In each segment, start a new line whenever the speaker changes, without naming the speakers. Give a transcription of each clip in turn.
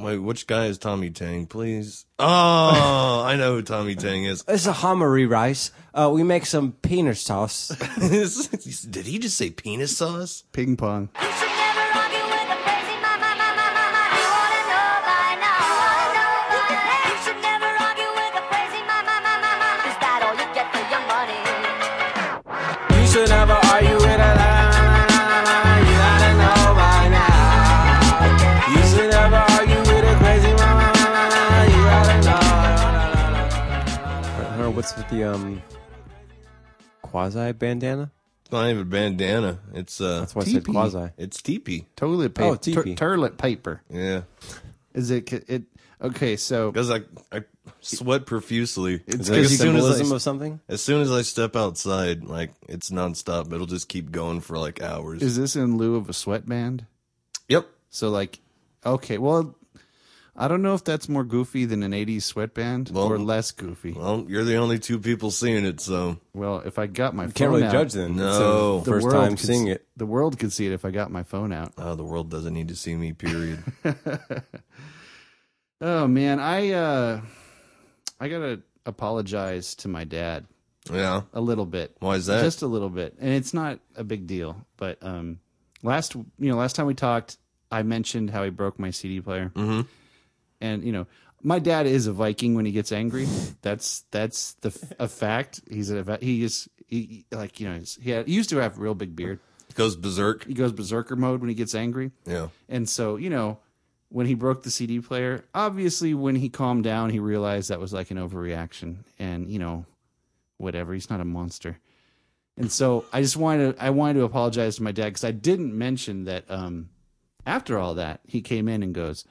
Wait, which guy is Tommy Tang, please? Oh, I know who Tommy Tang is.
This is a hominy rice. Uh, we make some peanut sauce.
Did he just say penis sauce?
Ping pong.
You should never argue with a la You gotta know by now. You should never argue with a crazy mama. You gotta know. I don't know what's with the um quasi bandana.
It's not even a bandana. It's uh.
That's why I said
Teepee.
quasi.
It's teepee.
Toilet paper.
Oh, teepee.
toilet paper.
Yeah,
Is it? c- It. Okay, so
because I I sweat profusely. Like,
It's 'cause
as
you
soon as I
Symbolism of something.
As soon as I step outside, like it's nonstop. It'll just keep going for like hours.
is this in lieu of a sweatband?
yep.
So like, okay, well, I don't know if that's more goofy than an '80s sweatband
Well-
or less goofy.
Well, you're the only two people seeing it, so
Well, if I got my
Can't
phone
really
out,
judge then.
No.
It's
the
the first
world
time
could
seeing
s-
it.
The world could see it if I got my phone out.
oh, the world doesn't need to see me. Period.
Oh man, I uh, I gotta apologize to my dad
yeah.
a little bit.
Why is that?
Just a little bit, and it's not a big deal. But um, last you know, last time we talked, I mentioned how he broke my CD player, mm-hmm. and you know, my dad is a Viking when he gets angry. That's that's the f- a fact. He's a va- he is he he- like you know he's, he, had, he used to have a real big beard.
It goes berserk.
He goes berserker mode when he gets angry.
Yeah.
And so, you know, when he broke the CD player, obviously when he calmed down, he realized that was like an overreaction and, you know, whatever, he's not a monster. And so I just wanted to, I wanted to apologize to my dad cuz I didn't mention that um after all that, he came in and goes,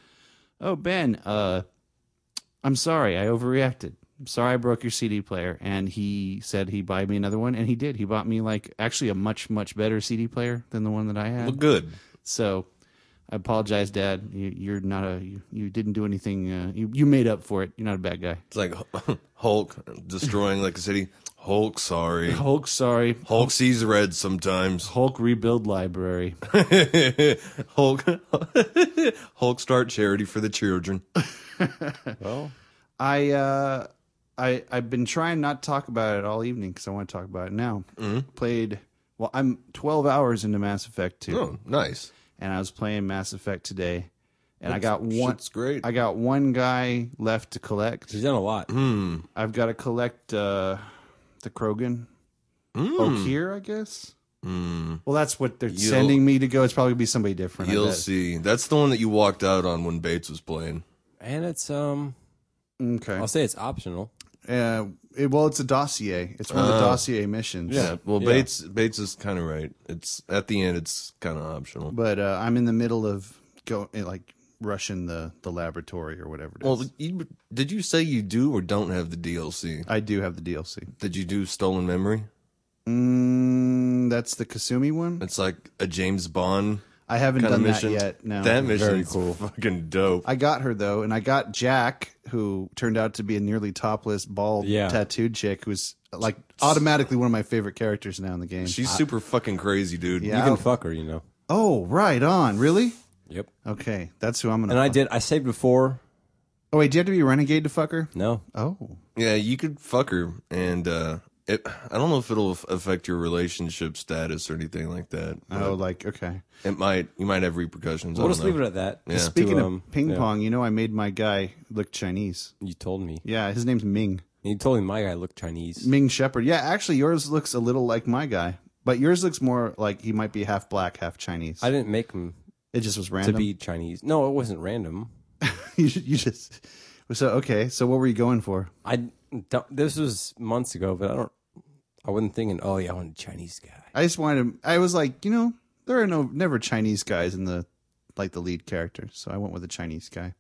"Oh, Ben, uh I'm sorry, I overreacted. I'm sorry I broke your CD player." And he said he'd buy me another one, and he did. He bought me like actually a much much better CD player than the one that I had.
Well, good.
So I apologize, Dad. You, you're not a you, you didn't do anything. Uh, you you made up for it. You're not a bad guy.
It's like Hulk destroying like a city. Hulk, sorry.
Hulk, sorry.
Hulk sees red sometimes.
Hulk rebuild library.
Hulk, Hulk start charity for the children.
Well,
I uh, I I've been trying not to talk about it all evening because I want to talk about it now.
Mm-hmm.
Played. Well, I'm 12 hours into Mass Effect 2,
Oh, nice.
and I was playing Mass Effect today, and I got one.
Shit's great.
I got one guy left to collect.
she's done a lot.
I've got to collect uh, the Krogan. Okir, I guess. Well, that's what they're
Hmm. You'll-
sending me to go. It's probably gonna be somebody different. I
You'll
bet.
see. That's the one that you walked out on when Bates was playing.
And it's um,
Okay.
I'll say it's optional.
Uh, it, well, it's a dossier. It's one of the
Oh.
dossier missions.
Yeah.
Well, Bates Bates is kind of right. It's at the end. It's kind of optional.
But uh, I'm in the middle of go eh, like rushing the the laboratory or whatever. It is.
Well, you, did you say you do or don't have the DLC?
I do have the DLC.
Did you do Stolen Memory?
Mm, that's the Kasumi one.
It's like a James Bond
I haven't
kind of
done
mission.
that yet. No.
that mission
very
is
cool.
fucking dope.
I got her though, and I got Jack, who turned out to be a nearly topless, bald,
Yeah.
tattooed chick, who's like automatically one of my favorite characters now in the game.
She's super fucking crazy, dude.
Yeah.
You can
I'll-
fuck her, you know.
Oh, right on. Really?
Yep.
Okay, that's who I'm gonna.
And I
fuck.
did. I saved before.
Oh wait, do you have to be a renegade to fuck her?
No,
Oh,
Yeah, you could fuck her, and uh, it. I don't know if it'll af- affect your relationship status or anything like that.
oh, like okay.
It might. You might have repercussions. I
we'll
don't
just
know.
leave it at that.
Oh, Yeah.
Just to,
Speaking
um,
of ping
yeah.
pong, you know I made my guy look Chinese.
you told me.
Yeah, his name's Ming
You told me my guy looked Chinese.
Ming Shepherd. Yeah, actually yours looks a little like my guy, but yours looks more like he might be half black, half Chinese.
I didn't make him
it just was
to
random.
be Chinese. No, it wasn't random.
you, you just so okay. So what were you going for?
I don't- this was months ago, but I don't. I wasn't thinking. Oh yeah, I want a Chinese guy.
I just wanted. To, I was like, you know, there are no never Chinese guys in the like the lead character, so I went with a Chinese guy.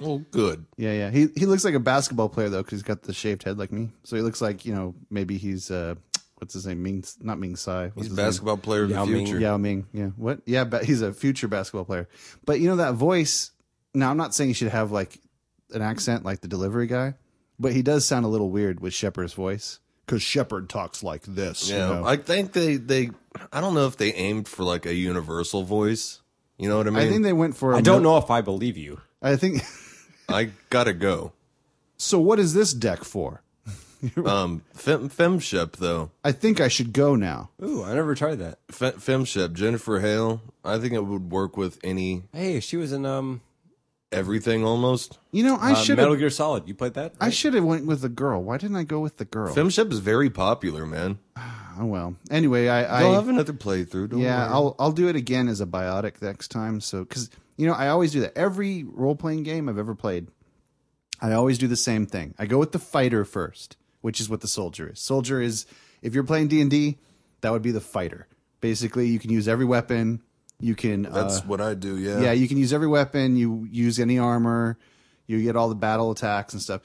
Well, good.
Yeah, yeah. He he looks like a basketball player though, because he's got the shaved head like me. So he looks like you know maybe he's uh what's his name Ming not Ming Tsai. What's
He's a
his
basketball player of
Yao
the
Ming.
future.
Name? Yao Ming. Yeah. What? Yeah, but he's a future basketball player. But you know that voice. Now I'm not saying you should have like an accent like the delivery guy, but he does sound a little weird with Shepard's voice because Shepard talks like this.
Yeah,
You know?
I think they they. I don't know if they aimed for like a universal voice. You know what I mean?
I think they went for. I
I don't know if I believe you.
I think.
I gotta go.
So what is this deck for?
Um, fem, femshep though.
I think I should go now.
Ooh, I never tried that.
Fe, femshep. Jennifer Hale. I think it would work with any
Hey, she was in um
everything almost.
You know, I
uh,
should
Metal
have.
Gear Solid. You played that?
I should have went with the girl. Why didn't I go with the girl?
Femshep is very popular, man.
oh well. Anyway, I, I
I'll have another playthrough. Don't
yeah,
worry.
I'll I'll do it again as a biotic next time. So because you know I always do that. Every role playing game I've ever played, I always do the same thing. I go with the fighter first, which is what the soldier is. Soldier is if you're playing D and D, that would be the fighter. Basically, you can use every weapon. You can
That's
uh,
what I do. Yeah.
yeah, you can use every weapon. You use any armor. You get all the battle attacks and stuff.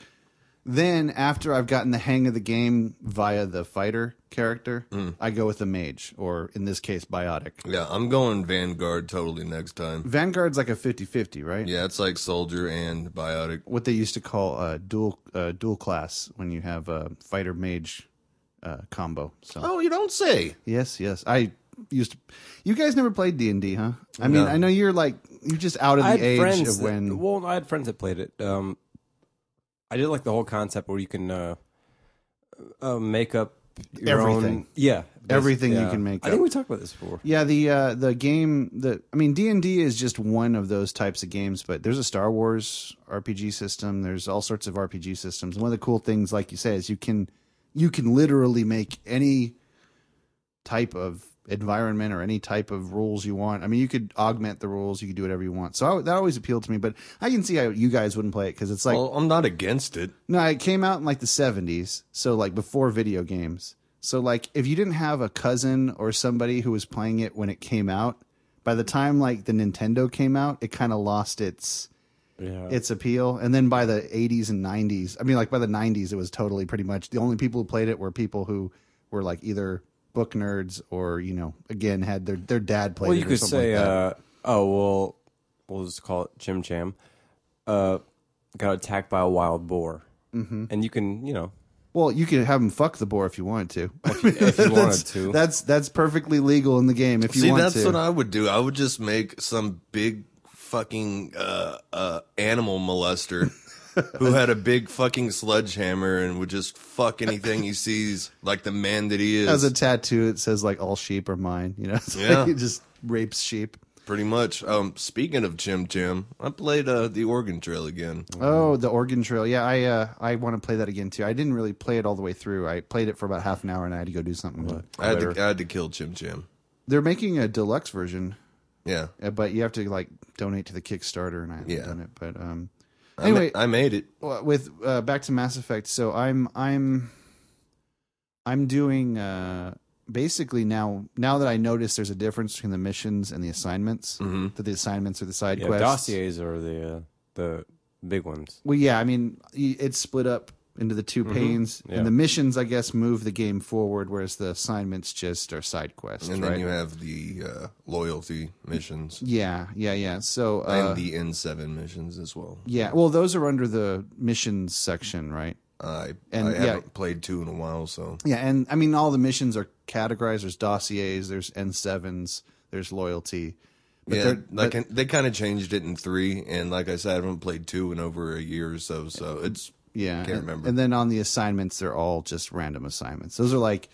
Then after I've gotten the hang of the game via the fighter character,
Mm.
I go with the mage, or in this case, biotic.
Yeah, I'm going Vanguard totally next time.
Vanguard's like a 50-50, right?
Yeah, it's like Soldier and Biotic.
What they used to call uh, dual uh, dual class when you have a fighter mage uh, combo. So
Oh.
Oh, you don't say.
yes, yes, I used to. You guys never played D and D, huh? I mean,
No.
I know you're like you're just out of
I had
the age
friends
of when.
that, well, I had friends that played it. Um, I did like the whole concept where you can uh, uh make up your
Everything.
Own, yeah, basi-
Everything you
yeah.
can make
I think
up.
we talked about this before.
Yeah, the uh, the game the I mean D and D is just one of those types of games, but there's a Star Wars RPG system. There's all sorts of RPG systems. One of the cool things, like you say, is you can you can literally make any type of environment or any type of rules you want. I mean, you could augment the rules. You could do whatever you want. So I, that always appealed to me. But I can see how you guys wouldn't play it because it's like
Well, I'm not against it.
no, it came out in like the 70s, so like before video games. So like if you didn't have a cousin or somebody who was playing it when it came out, by the time like the Nintendo came out, it kind of lost its
Yeah.
its appeal. And then by the 80s and 90s, I mean like by the 90s it was totally pretty much the only people who played it were people who were like either book nerds or, you know, again had their their dad played
well,
it
you
or
could
something
say,
like
uh,
that.
oh well, we'll just call it Jim Jam. Uh, got attacked by a wild boar, mm-hmm. and you can, you know,
Well, you could have them fuck the boar if you wanted to.
if you wanted
that's,
to.
that's that's perfectly legal in the game if you
See,
want
that's
to.
what I would do. I would just make some big fucking uh, uh, animal molester who had a big fucking sledgehammer and would just fuck anything he sees, like the man that he is.
as a tattoo it says like all sheep are mine you know so
Yeah.
he just rapes sheep
Pretty much. Um, speaking of Jim Jim, I played uh, the Oregon Trail again.
oh the Oregon trail yeah i uh i want to play that again too i didn't really play it all the way through i played it for about half an hour and i had to go do something but
I had, to, I had to kill Jim Jim.
they're making a deluxe version
Yeah.
uh, but you have to like donate to the kickstarter and i haven't
Yeah.
done it but um
I ma-
anyway
I made it.
w- with uh, back to Mass Effect. So I'm I'm I'm doing uh, basically now now that I notice there's a difference between the missions and the assignments
Mm-hmm.
that the assignments are the side
yeah
quests.
dossiers are the uh, the big ones.
Well, yeah, I mean y- it's split up into the
Mm-hmm.
2 panes,
Yeah.
and the missions I guess move the game forward, whereas the assignments just are side quests,
And
right?
then you have the uh, loyalty missions
yeah, yeah, yeah. So uh,
and the N7 missions as well.
yeah, well, those are under the missions section, right?
I,
And,
I
yeah.
haven't played two in a while, so
Yeah, and I mean all the missions are categorized. There's dossiers, there's N sevens, there's loyalty.
yeah,
they're-
like and they kind of changed it in three, and like I said, I haven't played two in over a year or so, so it's
Yeah,
can't
and,
remember.
And then on the assignments, they're all just random assignments. Those are like,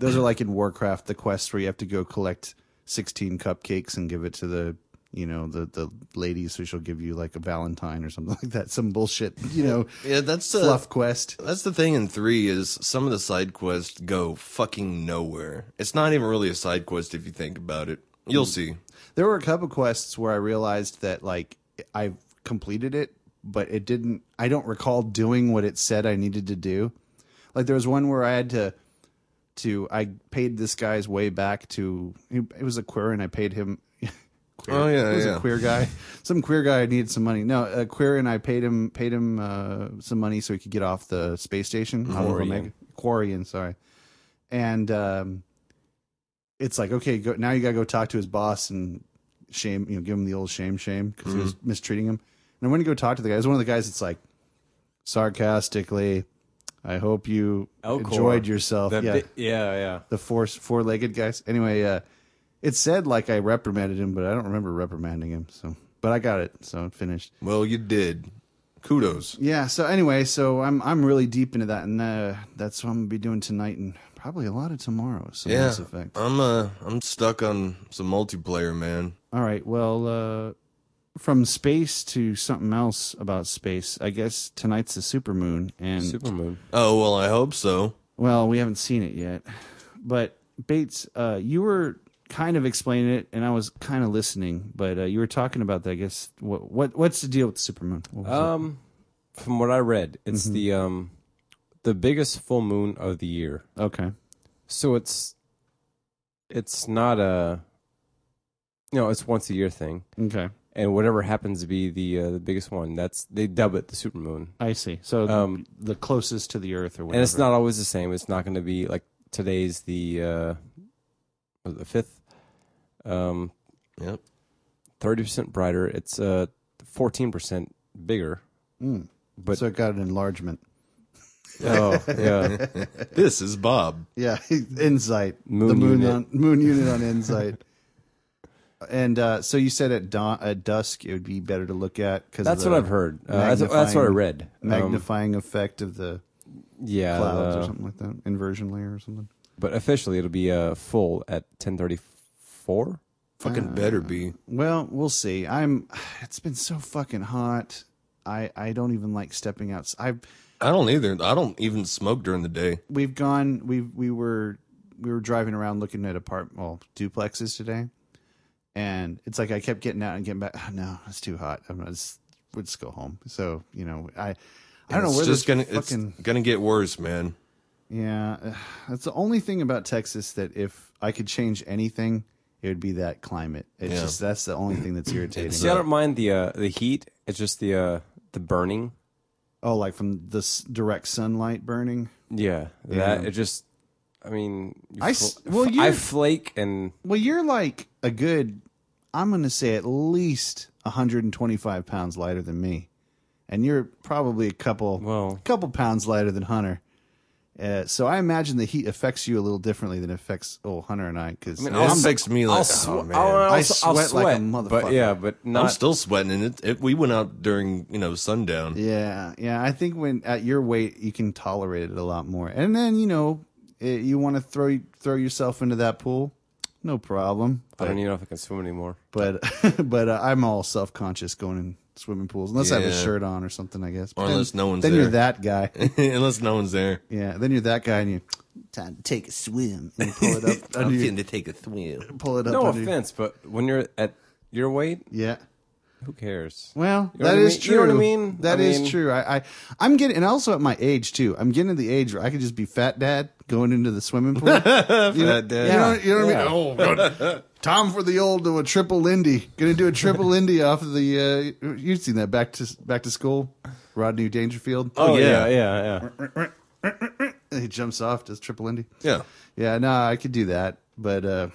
those are like in Warcraft, the quests where you have to go collect sixteen cupcakes and give it to the, you know, the the lady, so she'll give you like a Valentine or something like that. Some bullshit, you know,
yeah, that's the
fluff quest.
that's the thing in three is some of the side quests go fucking nowhere. It's not even really a side quest if you think about it. You'll
Mm.
see.
There were a couple quests where I realized that like I completed it, but it didn't. I don't recall doing what it said I needed to do. Like there was one where I had to to I paid this guy's way back to he- it was a queer and I paid him. queer.
Oh, yeah,
it was
yeah.
a queer guy. some queer guy needed some money. No, a queer and I paid him paid him uh, some money so he could get off the space station. Quarian, Omega, Quarian sorry, and. um it's like okay go, now you gotta go talk to his boss and shame you know give him the old shame shame because he was mistreating him and i went to go talk to the guy it's one of the guys that's like sarcastically i hope you
Elcor.
enjoyed yourself
The
yeah
bi- yeah, yeah.
the four four-legged guys anyway uh it said like i reprimanded him but i don't remember reprimanding him so but I got it, so it finished.
Well, you did. Kudos.
Yeah. So anyway, so I'm I'm really deep into that, and uh, that's what I'm gonna be doing tonight and probably a lot of tomorrow. So
Yeah,
Mass Effect.
I'm uh, I'm stuck on some multiplayer, man.
All right. Well, uh, from space to something else about space. I guess tonight's the supermoon, and
Supermoon.
Oh well, I hope so.
well, we haven't seen it yet. But Bates, uh, you were kind of explaining it, and I was kind of listening. But uh, you were talking about that. I guess what what what's the deal with the supermoon? What was it?
Um, from what I read, it's
Mm-hmm.
the um, the biggest full moon of the year.
okay.
So it's it's not a no, it's once a year thing,
Okay.
and whatever happens to be the uh, the biggest one, that's they dub it the supermoon,
I see. So
Um,
the closest to the Earth, or whatever.
and it's not always the same. It's not going to be like today's the uh, was it the fifth, um,
Yep.
thirty percent brighter. It's uh fourteen percent bigger.
Mm.
But
so it got an enlargement.
oh yeah,
This is Bob.
Yeah, Insight.
Moon
the moon
unit.
on moon unit on Insight. and uh, so you said at dawn at dusk it would be better to look at because
that's what I've heard. Uh, that's, that's what I
magnifying-
read. Um,
Magnifying effect of the
yeah,
clouds
uh,
or something like that, inversion layer or something.
but officially it'll be uh, full at ten thirty four.
Fucking better be.
Well, we'll see. I'm. It's been so fucking hot. I I don't even like stepping out. I
I don't either. I don't even smoke during the day.
we've gone. We we were we were driving around looking at apart well duplexes today, and it's like I kept getting out and getting back. "Oh, no, it's too hot. I'm not. Let's, we'll just go home. So you know I. I don't know
it's
where
just
this
gonna
fucking
it's gonna get worse, man.
yeah. That's the only thing about Texas that if I could change anything, it would be that climate. It's
Yeah.
just that's the only thing that's irritating.
See, I don't mind the uh, the heat. It's just the uh, the burning.
Oh, like from the s- direct sunlight burning.
Yeah, that it just. I mean, you
I
fl-
s- well,
f- I
you're-
flake and
Well, you're like a good, I'm going to say at least 125 pounds lighter than me, and you're probably a couple,
Well-
couple pounds lighter than Hunter. Uh, so I imagine the heat affects you a little differently than it affects oh Hunter and I because
mean,
It
I'll-
affects me like
I'll,
oh,
swe-
man.
I'll, I'll,
I
s- I'll
sweat like a
But
motherfucker.
yeah, but not.
I'm still sweating, and it, it we went out during you know sundown.
yeah, yeah. I think when at your weight you can tolerate it a lot more, and then you know eh, you want to throw throw yourself into that pool, no problem.
I don't even know if I can swim anymore.
but but uh, I'm all self conscious going in swimming pools unless I have a
Yeah.
shirt on or something, I guess. But
unless no one's
then you're
there.
that guy.
Unless no one's there.
Yeah, then you're that guy, and you time to take a swim and you pull it up. under your,
to take a swim.
pull it up.
No
under your-
offense, but when you're at your weight,
Yeah.
who cares?
Well,
You know
that
what I
is
mean?
true.
You know what I mean?
That
I
is
mean-
true. I, I I'm getting, and also at my age too. I'm getting to the age where I could just be fat dad going into the swimming pool. you know, you know what I mean? Oh, God. Time for the old uh, triple Lindy. Gonna do a triple Lindy off of the. Uh, you've seen that back to back to school, Rodney Dangerfield.
Oh,
yeah.
yeah, yeah, yeah.
And he jumps off, does triple Indy.
Yeah,
Yeah, no, I could do that, but uh,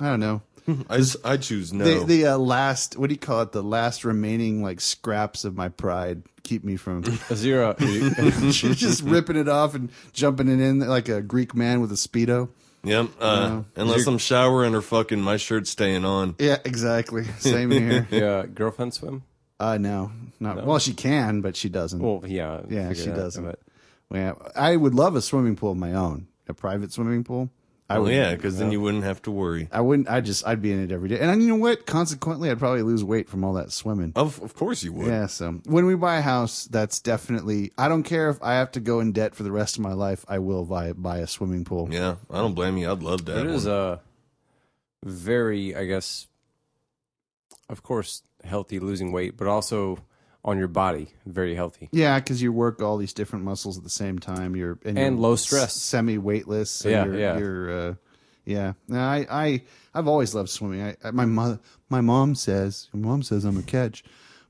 I don't know.
I s- I choose no.
The the uh, last, what do you call it? The last remaining like scraps of my pride keep me from
A zero.
just ripping it off and jumping it in like a Greek man with a speedo.
yep. Uh, Unless I'm showering or fucking my shirt's staying on.
Yeah, exactly. Same here.
yeah, girlfriend swim.
Uh no, not well. She can, but she doesn't.
Well, yeah,
yeah,
figure
she
that,
doesn't.
but-
Well, I would love a swimming pool of my own, a private swimming pool. I
Oh
would,
yeah, because then you wouldn't have to worry.
I wouldn't. I just, I'd be in it every day. And you know what? Consequently, I'd probably lose weight from all that swimming.
Of of course you would.
Yeah, so when we buy a house, that's definitely. I don't care if I have to go in debt for the rest of my life. I will buy buy a swimming pool.
Yeah, I don't blame you. I'd love to.
It
have
is
one.
a very, I guess, of course, healthy losing weight, but also on your body, very healthy.
Yeah, because you work all these different muscles at the same time. You're and,
And
you're
low stress.
semi weightless. So
Yeah,
you're,
yeah.
You're, uh, yeah. No, I, I, I've always loved swimming. I, I my mother, my mom says, my mom says I'm a catch.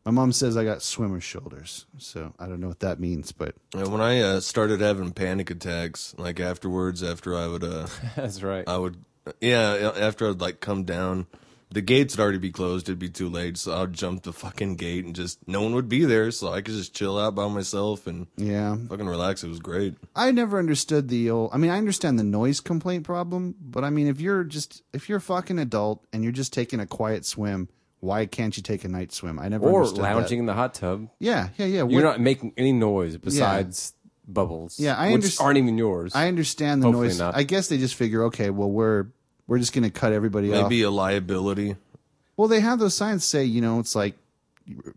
My mom says I got swimmer shoulders. So I don't know what that means, but
Yeah, when I uh, started having panic attacks, like afterwards, after I would uh,
That's right.
I would, yeah, after I'd like come down, the gates would already be closed. It'd be too late, so I'd jump the fucking gate and just no one would be there, so I could just chill out by myself and
yeah,
fucking relax. It was great.
I never understood the old. I mean, I understand the noise complaint problem, but I mean, if you're just if you're a fucking adult and you're just taking a quiet swim, Why can't you take a night swim? I never
or
understood that.
lounging in the hot tub.
Yeah, yeah, yeah.
You're
What-
not making any noise besides bubbles.
Yeah, I
which
underst-
aren't even yours.
I understand the
Hopefully
noise.
not.
I guess they just figure, okay, well, we're we're just going to cut everybody off.
Maybe a liability.
Well, they have those signs say, you know, it's like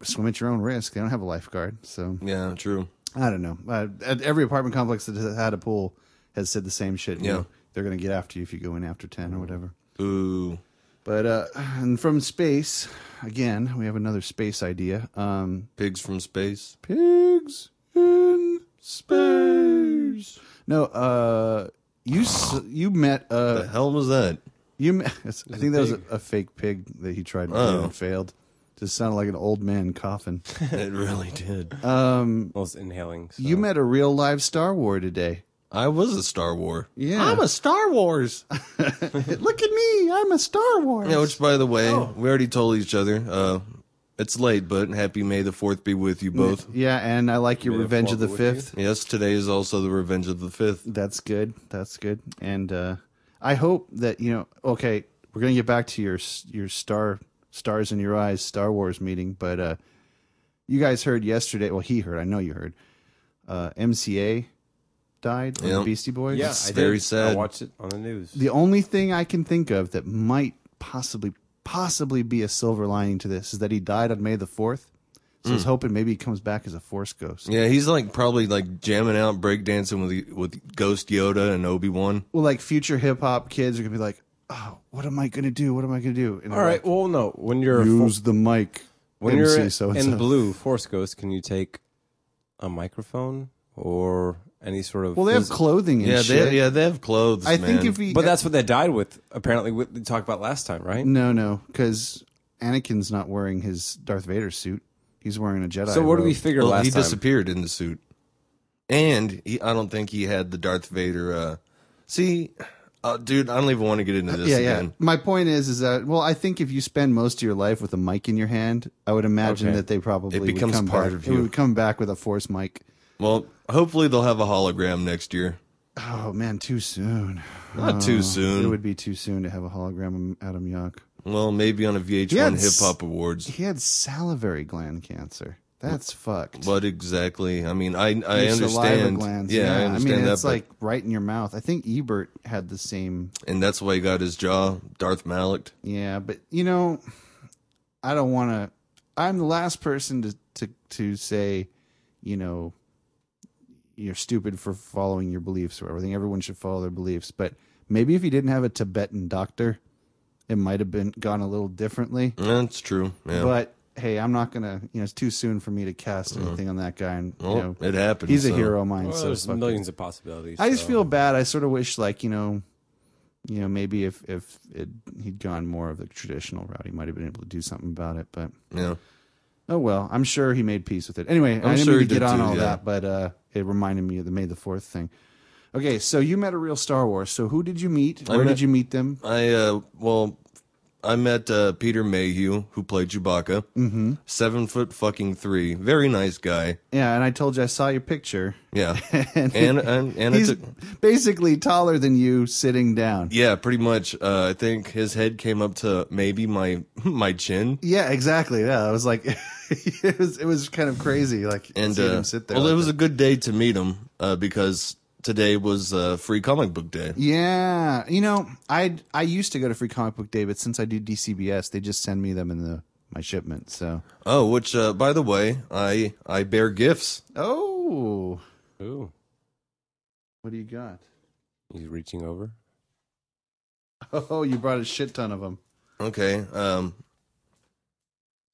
swim at your own risk. They don't have a lifeguard, so
Yeah, true.
I don't know. Uh, at every apartment complex that has had a pool has said the same shit. you
Yeah.
know, they're going to get after you if you go in after ten or whatever.
Ooh.
But uh, and from space, again, we have another space idea. Um,
Pigs from space.
pigs in space. No, uh, you s- you met uh,
The hell was that?
You, ma- I think that was a, a fake pig that he tried to do
Oh.
and failed. Just sounded like an old man coughing.
It really did.
Almost inhaling. so-
You met a real live Star War today.
I was a Star War.
Yeah.
Star Wars.
Look at me, I'm a Star Wars.
Yeah, which by the way, we already told each other. Uh, it's late, but happy May the Fourth be with you both.
yeah, and I like your
Made a
Revenge of the
fork with you?
Fifth.
Yes, today is also the Revenge of the Fifth.
That's good. That's good. And uh, I hope that you know. Okay, we're gonna get back to your s- your star stars in your eyes Star Wars meeting, but uh, you guys heard yesterday. Well, he heard. I know you heard. Uh, MCA died. on the
Yep.
Beastie Boys.
yeah,
It's
I did.
very sad.
I watched it on the news.
the only thing I can think of that might possibly possibly be a silver lining to this is that he died on May the fourth. So I was hoping maybe he comes back as a force ghost.
Yeah, he's like probably like jamming out, breakdancing with with Ghost Yoda and Obi Wan.
Well, like future hip hop kids are gonna be like, "Oh, what am I gonna do? What am I gonna do?" And
All
they're
right. Well, no. When you're a
like,
fo-
use the mic.
when
MC
you're
so-and-so."
in blue Force Ghost, can you take a microphone or any sort of?
Well, they have
physical-
clothing and
Yeah,
shit.
they, yeah, they have clothes.
I think
man.
if he,
but that's what they died with. Apparently, what we talked about last time, right?
no, no, because Anakin's not wearing his Darth Vader suit. He's wearing a Jedi.
So what do we
robe.
figure
well,
last
he
time?
disappeared in the suit, and he, I don't think he had the Darth Vader. Uh, see, uh, dude, I don't even want to get into this
yeah, yeah.
again.
My point is, is that well, I think if you spend most of your life with a mic in your hand, I would imagine
Okay.
that they probably
It
would
becomes
come
part
back-
of
It
you.
would come back with a force mic.
Well, hopefully they'll have a hologram next year.
Oh man, too soon. Oh,
Not too
It
soon.
would be too soon to have a hologram of Adam Yock.
Well, maybe on a VH1
Yeah,
Hip
it's-
Hop Awards.
He had salivary gland cancer. That's fucked.
What exactly? I mean, I I
Your saliva
understand.
glands.
Yeah, I understand
mean,
that.
it's
but-
like right in your mouth. I think Ebert had the same.
and that's why he got his jaw Darth Malik.
Yeah, but you know, I don't want to. I'm the last person to to to say, you know, you're stupid for following your beliefs or whatever. I think everyone should follow their beliefs. But maybe if he didn't have a Tibetan doctor, it might have been gone a little differently.
That's true. Yeah.
But hey, I'm not gonna. You know, it's too soon for me to cast anything on that guy. And you
Mm-hmm. Well,
know,
it happened.
he's a
so-
hero of mine.
Well,
so
there's
fuck it.
millions of possibilities.
I just
so-
feel bad. I sort of wish, like you know, you know, maybe if if it, he'd gone more of the traditional route, he might have been able to do something about it. But
Yeah.
oh well, I'm sure he made peace with it. Anyway, I'm I did not
sure
mean
he
to get
did
on
too,
all
yeah.
that, but uh, it reminded me of the May the Fourth thing. Okay, so you met a real Star Wars. So who did you meet? Where did
met-
you meet them?
I uh well, I met uh, Peter Mayhew who played Chewbacca. Mm-hmm. Seven foot fucking three, very nice guy.
Yeah, and I told you I saw your picture.
Yeah, and and and I
He's
took,
basically taller than you, sitting down.
yeah, pretty much. Uh, I think his head came up to maybe my my chin.
Yeah, exactly. Yeah, I was like, it was it was kind of crazy. Like
And
seeing
uh,
him sit there.
well,
like
it
that.
was a good day to meet him uh, because today was uh, free comic book day.
Yeah, you know, I I used to go to Free Comic Book Day, but since I do DCBS, they just send me them in the my shipment. So
Oh, which uh, by the way, I I bear gifts.
oh,
Ooh,
what do you got?
he's reaching over.
Oh, you brought a shit ton of them.
Okay, um,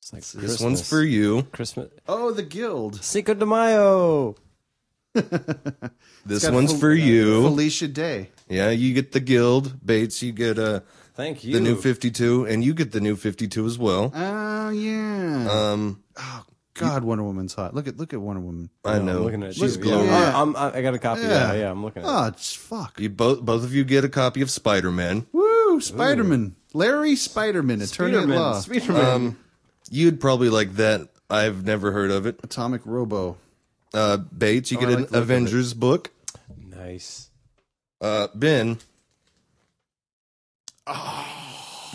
It's like
this one's for you.
Christmas.
Oh, the Guild.
Cinco de Mayo.
This
got
one's
Fel- uh,
for you.
Felicia Day.
Yeah, you get the guild, Bates, you get uh
Thank you.
the new 52 and you get the new 52 as well.
Oh yeah.
Um
God, Wonder Woman's hot. Look at look at Wonder Woman.
I
I'm
know.
looking at
She's
you.
glowing. Ah,
Yeah. I'm, I'm, I got a copy. Yeah, yeah, I'm looking at.
Oh, it's fuck.
You both both of you get a copy of Spider-Man.
Woo, Spider Man. Larry Spider Man, attorney at law.
Um you'd probably like that. I've never heard of it.
Atomic Robo.
Uh Bates, you
Oh,
get
I
an
like the look of it.
Avengers book.
it. Nice.
Ah.
Uh Ben,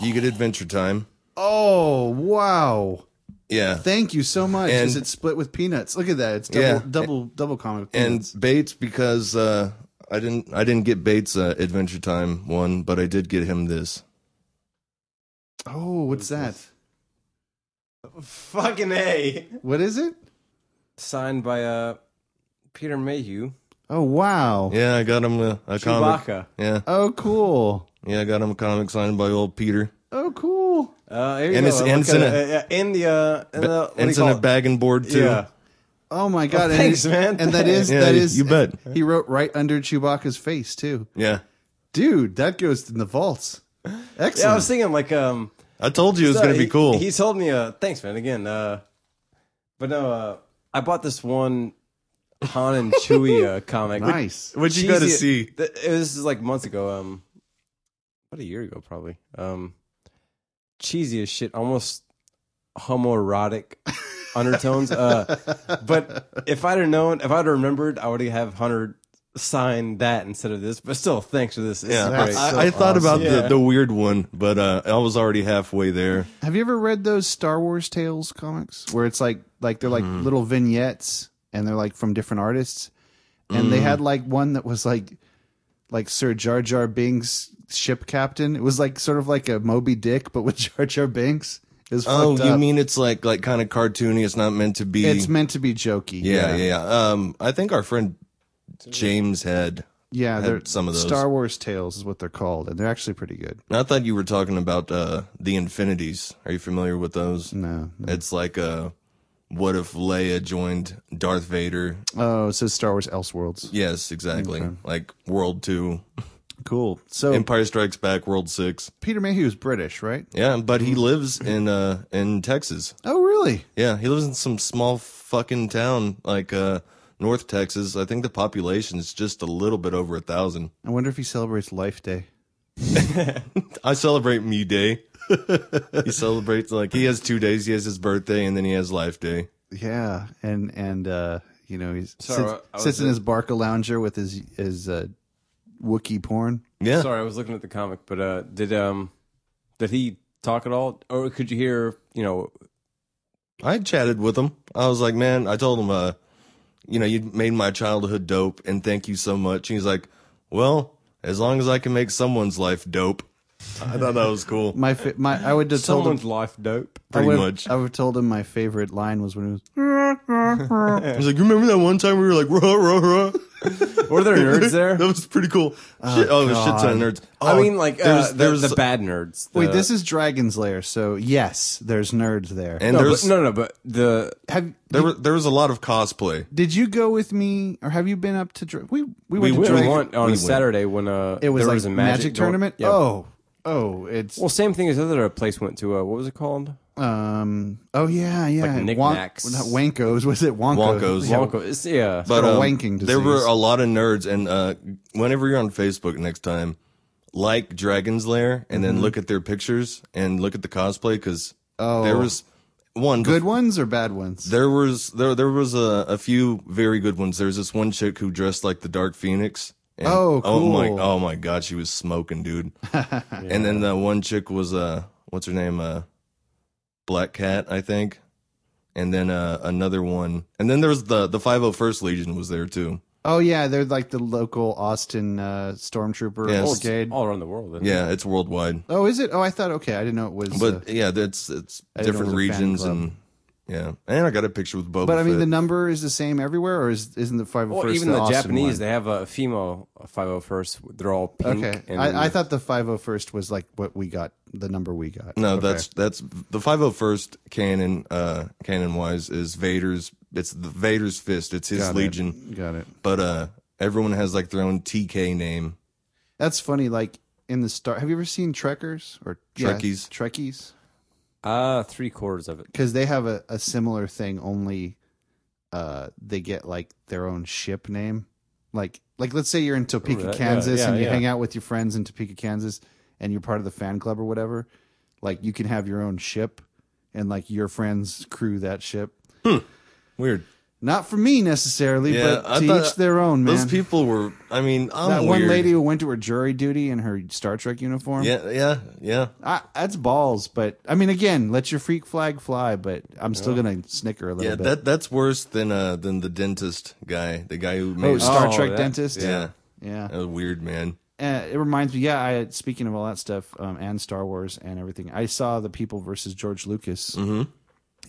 you get Adventure Time.
Oh wow!
Yeah.
Thank you so much.
And-
Is it split with peanuts? Look at that. It's double
Yeah.
double double comic with
and
peanuts.
Bates because uh, I didn't I didn't get Bates uh, Adventure Time one, but I did get him this.
oh, what's that?
Fucking A.
What is it?
Signed by uh, Peter Mayhew.
Oh wow!
Yeah, I got him a, a comic.
Chewbacca.
Yeah,
Oh cool!
yeah, I got him a comic signed by old Peter,
Oh cool!
Uh, here you
And
go.
it's-
Look
and it's
at
in
it. Uh, in the uh, in the, what do
and
you
it's in
call
a
it?
bagging board too.
Yeah.
Oh my god! and
thanks,
it-
man.
And that is
Yeah,
that is
you bet.
He wrote right under Chewbacca's face too.
yeah.
Dude, that goes in the vaults. Excellent.
Yeah, I was thinking like um.
I told you it was
so
gonna be
he-
cool.
He told me uh, thanks, man. Again, uh, but no, uh, I bought this one Han and Chewie uh, comic.
nice.
what you gotta see?
cheesy- Th- it was just, like months ago. Um, about a year ago, probably. Um, cheesy as shit, almost homoerotic undertones. Uh, but if I'd have known, if I'd have remembered, I would have Hunter sign that instead of this. But still, thanks for this. This
Yeah,
is
I,
great.
I- I thought about
Yeah.
the, the weird one, but uh, I was already halfway there.
Have you ever read those Star Wars Tales comics where it's like like they're like
Hmm.
little vignettes and they're like from different artists and
Hmm.
they had like one that was like like Sir Jar Jar Binks ship captain. It was like sort of like a Moby Dick but with Jar Jar Binks. It was
Oh,
fucked
you
up.
mean it's like like kind of cartoony? It's not meant to be.
it's meant to be jokey.
yeah, yeah, yeah. Um, I think our friend James had.
Yeah,
Had
they're
some of those.
Star Wars Tales is what they're called, and they're actually pretty good.
I thought you were talking about uh, the Infinities. Are you familiar with those?
No. no.
It's like uh, what if Leia joined Darth Vader?
Oh, so Star Wars Elseworlds.
Yes, exactly. Like World Two,
Cool. So
Empire Strikes Back, World Six.
Peter Mayhew is British, right?
Yeah, but he lives in uh in Texas.
Oh, really?
Yeah, he lives in some small fucking town like uh North Texas. I think the population is just a little bit over a thousand.
I wonder if he celebrates Life Day.
I celebrate me day. he celebrates like he has two days. He has his birthday and then he has life day.
Yeah, and and uh, you know he
Sorry,
sits,
I was
sits in
a-
his Barca lounger with his his uh, Wookie porn.
Yeah.
Sorry, I was looking at the comic, but uh, did um, did he talk at all, or could you hear? You know,
I chatted with him. I was like, man, I told him, uh, you know, you made my childhood dope, and thank you so much. He's like, well, as long as I can make someone's life dope, I thought that was cool.
My fa- my I would have told him
someone's life dope.
I
Pretty
would've-
much.
I would have told him my favorite line was when he was
He's like, you remember that one time we were like, rah rah rah.
Were there nerds there?
That was pretty cool. Shit, oh, there's shit ton of nerds.
I
Oh,
mean, like uh,
there's
the-
there's
the, bad nerds.
wait
the-
this is Dragon's Lair. So yes, there's nerds there.
and
no,
there's
but, no, no, but the
have
there were there was a lot of cosplay.
did you go with me or have you been up to Dra- we we
we
went to
went,
Dragon-
on
we
a
went.
Saturday when uh,
It was
there
like
was a
magic,
magic, door-
tournament.
Yeah.
Oh, oh, it's
well, same thing as the other place went to. Uh, what was it called?
um. Oh yeah, yeah.
Like
Wonk-
knickknacks.
not Wankos. Was it Wonkos?
Wonkos.
Yeah.
Wonka. It's, yeah,
But
got a
um,
wanking
there were
disease.
a lot of nerds, and uh, whenever you're on Facebook next time, like Dragon's Lair, and
Mm-hmm.
then look at their pictures and look at the cosplay because
Oh.
there was one
Good ones or bad ones?
There was there there was a, a few very good ones. There was this one chick who dressed like the Dark Phoenix. And,
Oh,
my!
cool.
Oh my God, she was smoking, dude. And then the one chick was uh, what's her name? Uh, Black Cat, I think. And then uh, another one, and then there was the the five hundred first Legion was there too.
Oh yeah, they're like the local Austin uh, stormtrooper
Yes.
brigade.
all around the world. isn't it?
Yeah, it's worldwide.
Oh, is it? Oh, I thought okay, I didn't know it was. uh,
But yeah, that's it's
I didn't know
different
it was a fan
regions
club.
and yeah. And I got a picture with Boba.
but I mean, the
Fett.
number is the same everywhere, or is isn't the five hundred
Well,
first?
even the,
Austin
Japanese,
one?
they have a female 501st. They're all pink.
Okay,
and
I, I thought the five hundred first was like what we got, the number we got.
No,
Okay.
that's that's the five hundred first canon. Uh, canon wise is Vader's. It's the Vader's fist. It's his
Got it.
legion.
got it.
But uh, everyone has like their own TK name.
That's funny. Like in the star, have you ever seen Trekkers or
Trekkies.
Yeah, Trekkies,
uh, three quarters of it.
because they have a, a similar thing. Only uh, they get like their own ship name. Like like let's say you're in Topeka,
Right, yeah,
Kansas,
yeah,
and you
yeah.
hang out with your friends in Topeka, Kansas, and you're part of the fan club or whatever. Like you can have your own ship, and like your friends crew that ship.
Weird.
Not for me necessarily,
Yeah,
but
I
to
thought
each their own, man.
Those people were. I mean, I'm
that one
weird.
lady who went to her jury duty in her Star Trek uniform.
Yeah, yeah, yeah.
I, that's balls. But I mean, again, let your freak flag fly. But I'm still gonna snicker a little
Yeah,
bit.
that that's worse than uh than the dentist guy, the guy who made
oh, Star
Oh,
Trek
that-
dentist.
yeah.
yeah.
That was weird, man.
uh, it reminds me. Yeah, I speaking of all that stuff um, and Star Wars and everything. I saw the People versus George Lucas,
Mm-hmm.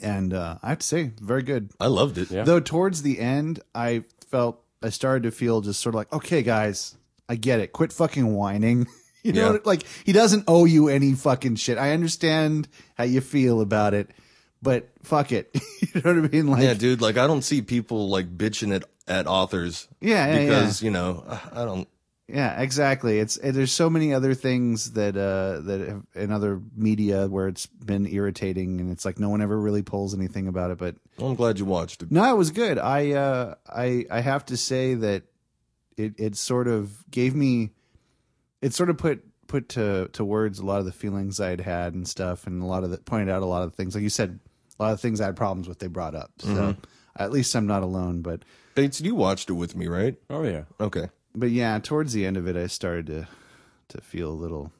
and uh, I have to say, very good.
I loved it.
Yeah.
Though towards the end, I felt I started to feel just sort of like, okay, guys, I get it. Quit fucking whining. You know,
Yeah.
like he doesn't owe you any fucking shit. I understand how you feel about it, but fuck it. you know what I mean? Like,
Yeah, dude. Like, I don't see people like bitching at at authors.
Yeah, yeah,
because you know, I- I don't.
Yeah, exactly. It's it, there's so many other things that uh that have, in other media where it's been irritating and it's like no one ever really pulls anything about it. But
I'm glad you watched it.
no, it was good. I uh I I have to say that it it sort of gave me it sort of put put to to words a lot of the feelings I had had and stuff, and a lot of the pointed out a lot of things like you said, a lot of things I had problems with. They brought up, so at least I'm not alone. But
Bates, you watched it with me, right?
Oh yeah.
Okay.
but yeah, towards the end of it, I started to to feel a little.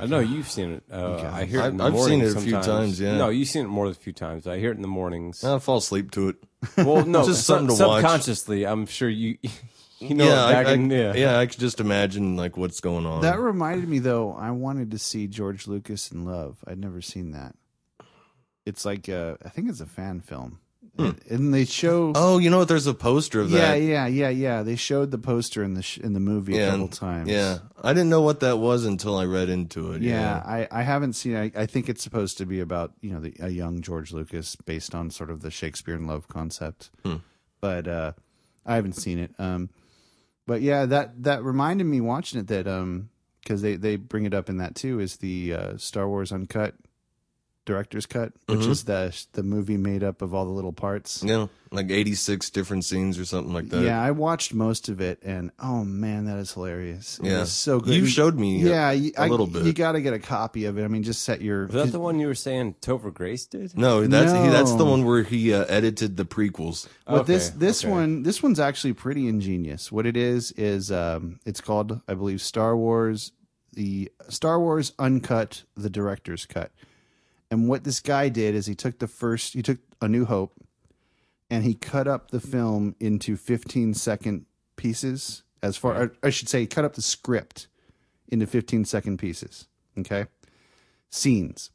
I know you've seen it. Uh, I hear it in the
I've- I've seen
morning
it a few
sometimes.
times, yeah.
No, you've seen it more than a few times. I hear it in the mornings.
I fall asleep to it.
Well, no,
Just
sub-
something to watch.
subconsciously, I'm sure you, you know,
yeah,
back
I, I,
in, yeah.
I could just imagine like what's going on.
That reminded me though, I wanted to see George Lucas in Love. I'd never seen that. It's like uh I think it's a fan film. And- And they show
Hmm. oh, you know what? There's a poster of
Yeah,
that.
yeah, yeah, yeah. They showed the poster in the sh- in the movie a couple
and-
times.
Yeah, I didn't know what that was until I read into it.
Yeah, I, I haven't seen. I, I think it's supposed to be about you know the, a young George Lucas based on sort of the Shakespeare in Love concept,
Hmm.
but uh, I haven't seen it. Um, but yeah, that that reminded me watching it that um because they they bring it up in that too is the uh, Star Wars uncut director's cut, which is the the movie made up of all the little parts.
Mm-hmm. yeah, like 86 different scenes or something like that.
Yeah, I watched most of it, and oh man, that is hilarious! It
Yeah.
was so good.
You showed me uh, a-
yeah, you-
a
I-
little bit.
You got to get a copy of it. I mean, just set your.
Was that the one you were saying Topher Grace did?
No, that's He, that's the
No.
one where he uh, edited the prequels.
What
Okay,
this this
okay.
one this one's actually pretty ingenious. What it is is um, it's called I believe Star Wars the Star Wars uncut the director's cut. And what this guy did is he took the first he took A New Hope and he cut up the film into 15 second pieces as far or I should say he cut up the script into 15 second pieces, okay? Scenes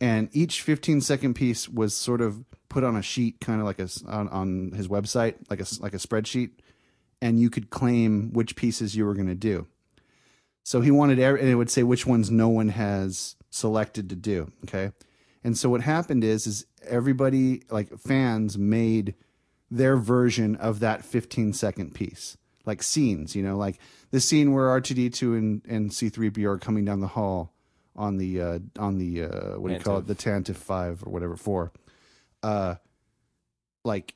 and each 15 second piece was sort of put on a sheet kind of like a s- on, on his website like a s- like a spreadsheet and you could claim which pieces you were going to do so he wanted every, and it would say which ones no one has selected to do okay and so what happened is is everybody like fans made their version of that 15 second piece like scenes you know like the scene where r2d2 and, and c3po are coming down the hall on the uh on the uh what do you call it the tantive 5 or whatever 4 uh like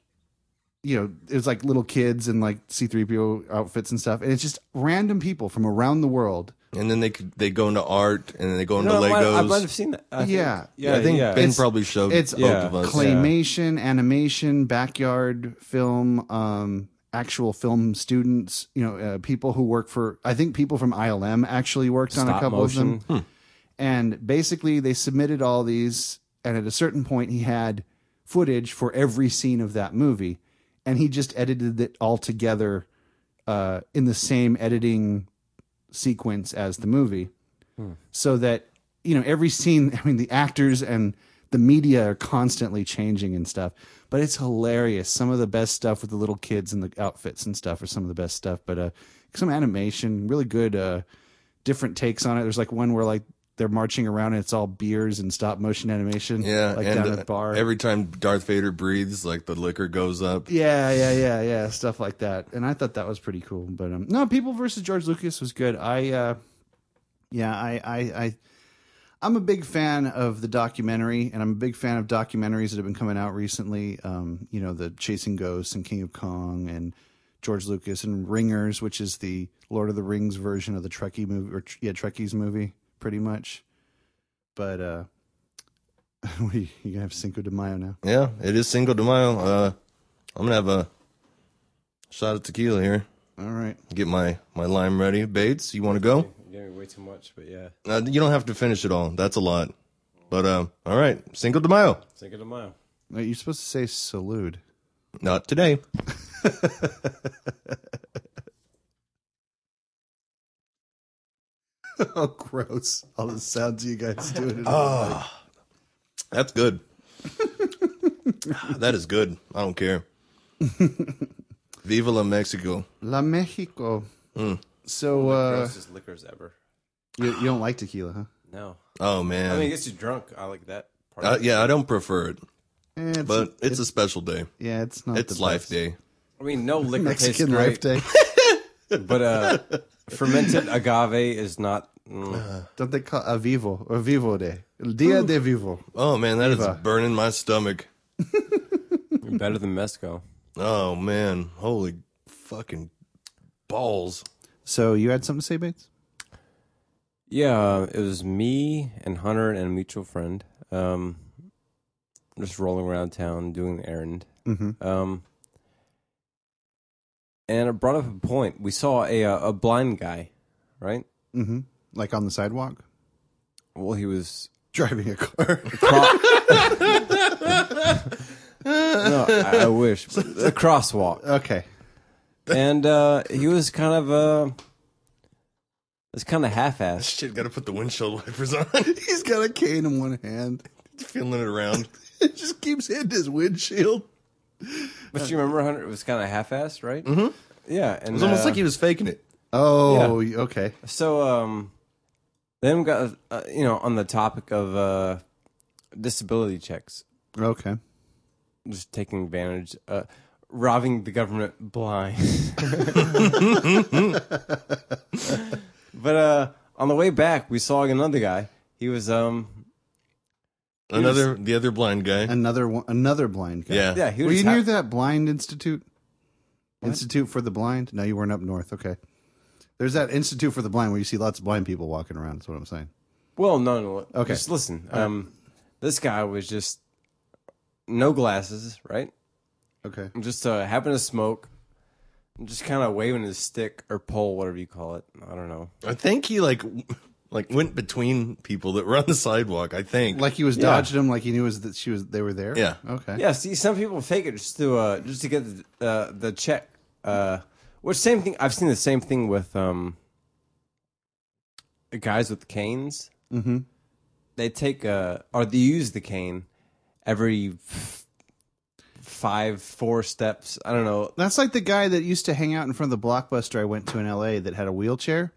you know it was like little kids in like c3po outfits and stuff and it's just random people from around the world
And then they could, they go into art and then they go into
No, I, might- I
Legos.
might have seen that. I think-
Yeah.
yeah,
I think
yeah.
Ben
It's-
probably showed
it's
both
yeah.
of us.
claymation, animation, backyard film, um, actual film students. You know, uh, people who work for. I think people from ILM actually worked on a
Stop
couple
motion. Hmm.
of them. And basically, they submitted all these, and at a certain point, he had footage for every scene of that movie, and he just edited it all together uh, in the same editing sequence as the movie
Hmm.
so that you know every scene i mean the actors and the media are constantly changing and stuff but it's hilarious some of the best stuff with the little kids and the outfits and stuff are some of the best stuff but uh some animation really good uh different takes on it there's like one where like they're marching around and it's all beers and stop motion animation
Yeah,
like
and
down
uh,
at a bar
every time Darth Vader breathes, like the liquor goes up.
yeah, yeah, yeah, yeah, stuff like that. And I thought that was pretty cool. But um, no, People versus George Lucas was good. I, uh, yeah, I, I, I, I'm a big fan of the documentary, and I'm a big fan of documentaries that have been coming out recently. Um, you know, the Chasing Ghosts and King of Kong and George Lucas and Ringers, which is the Lord of the Rings version of the Trekkie movie, or yeah, Trekkies movie, pretty much. But uh, what are you, you gonna have Cinco de Mayo now?
Yeah, it is Cinco de Mayo. Uh, I'm gonna have a shot of tequila here.
All right.
Get my my lime ready. Bates, you want to go?
You gave me way too much, but yeah.
Uh, you don't have to finish it all. That's a lot. But um, all right, Cinco de Mayo.
Cinco de Mayo.
No, you're supposed to say salute.
Not today.
oh, gross. All the sounds you guys doing.
Uh,
Ah.
That's good. that is good. I don't care. Viva la Mexico.
La Mexico.
Hmm. Oh,
So uh,
Grossest liquors ever.
you, you don't like tequila, huh?
No.
Oh man.
I mean, it gets you drunk. I like that part.
Uh, yeah, I don't prefer it,
Eh, it's-
but it's a special day.
yeah, it's not.
It's
the
Life
best.
Day.
I mean, no liquor
Mexican
tastes great,
Life Day.
but uh, fermented agave is not. Mm,
Don't they call a vivo or vivo day? El Dia de vivo.
Oh man, that is
Viva.
burning my stomach.
better than Mesco.
Oh man, holy fucking balls!
So you had something to say, Bates?
Yeah, it was me and Hunter and a mutual friend, um, just rolling around town doing the errand.
Mm-hmm.
Um, and it brought up a point. We saw a uh, a blind guy, right?
Mm-hmm. Like on the sidewalk,
Well, he was.
driving a car.
Cro- no, I, I wish but a crosswalk,
okay.
and uh, he was kind of uh, was kind of half-assed.
Shit, gotta put the windshield wipers on.
He's got a cane in one hand.
Feeling it around.
It just keeps hitting his windshield.
But you remember, Hunter, it was kind of half-assed, right? Mm-hmm. Yeah, and uh,
It's almost like he was faking it.
Oh, okay.
So, um, then we got uh, you know on the topic of uh, disability checks,
Okay.
just taking advantage, uh, robbing the government blind. but uh, on the way back, we saw another guy. He was um,
Another, the other blind guy.
Another one, another blind guy.
yeah.
yeah, he
Were
was.
you
ha-
near that blind institute? Institute for the blind? No, you weren't up north. Okay. There's that institute for the blind where you see lots of blind people walking around. That's what I'm saying.
Well, no, no.
Okay.
Okay, just listen. Um, this guy was just no glasses, right?
Okay.
just uh, happened to smoke, just kind of waving his stick or pole, whatever you call it. I don't know.
I think he like, w- like went between people that were on the sidewalk. I think.
Like he was dodging them, like he knew was that she was they were there.
Yeah.
Okay.
Yeah, see, some people fake it just to uh, just to get the uh, the check. Uh, which same thing. I've seen the same thing with um, the guys with canes. Mm-hmm. They take uh, or they use the cane every f- five, four steps. I don't know.
That's like the guy that used to hang out in front of the blockbuster I went to in LA that had a wheelchair.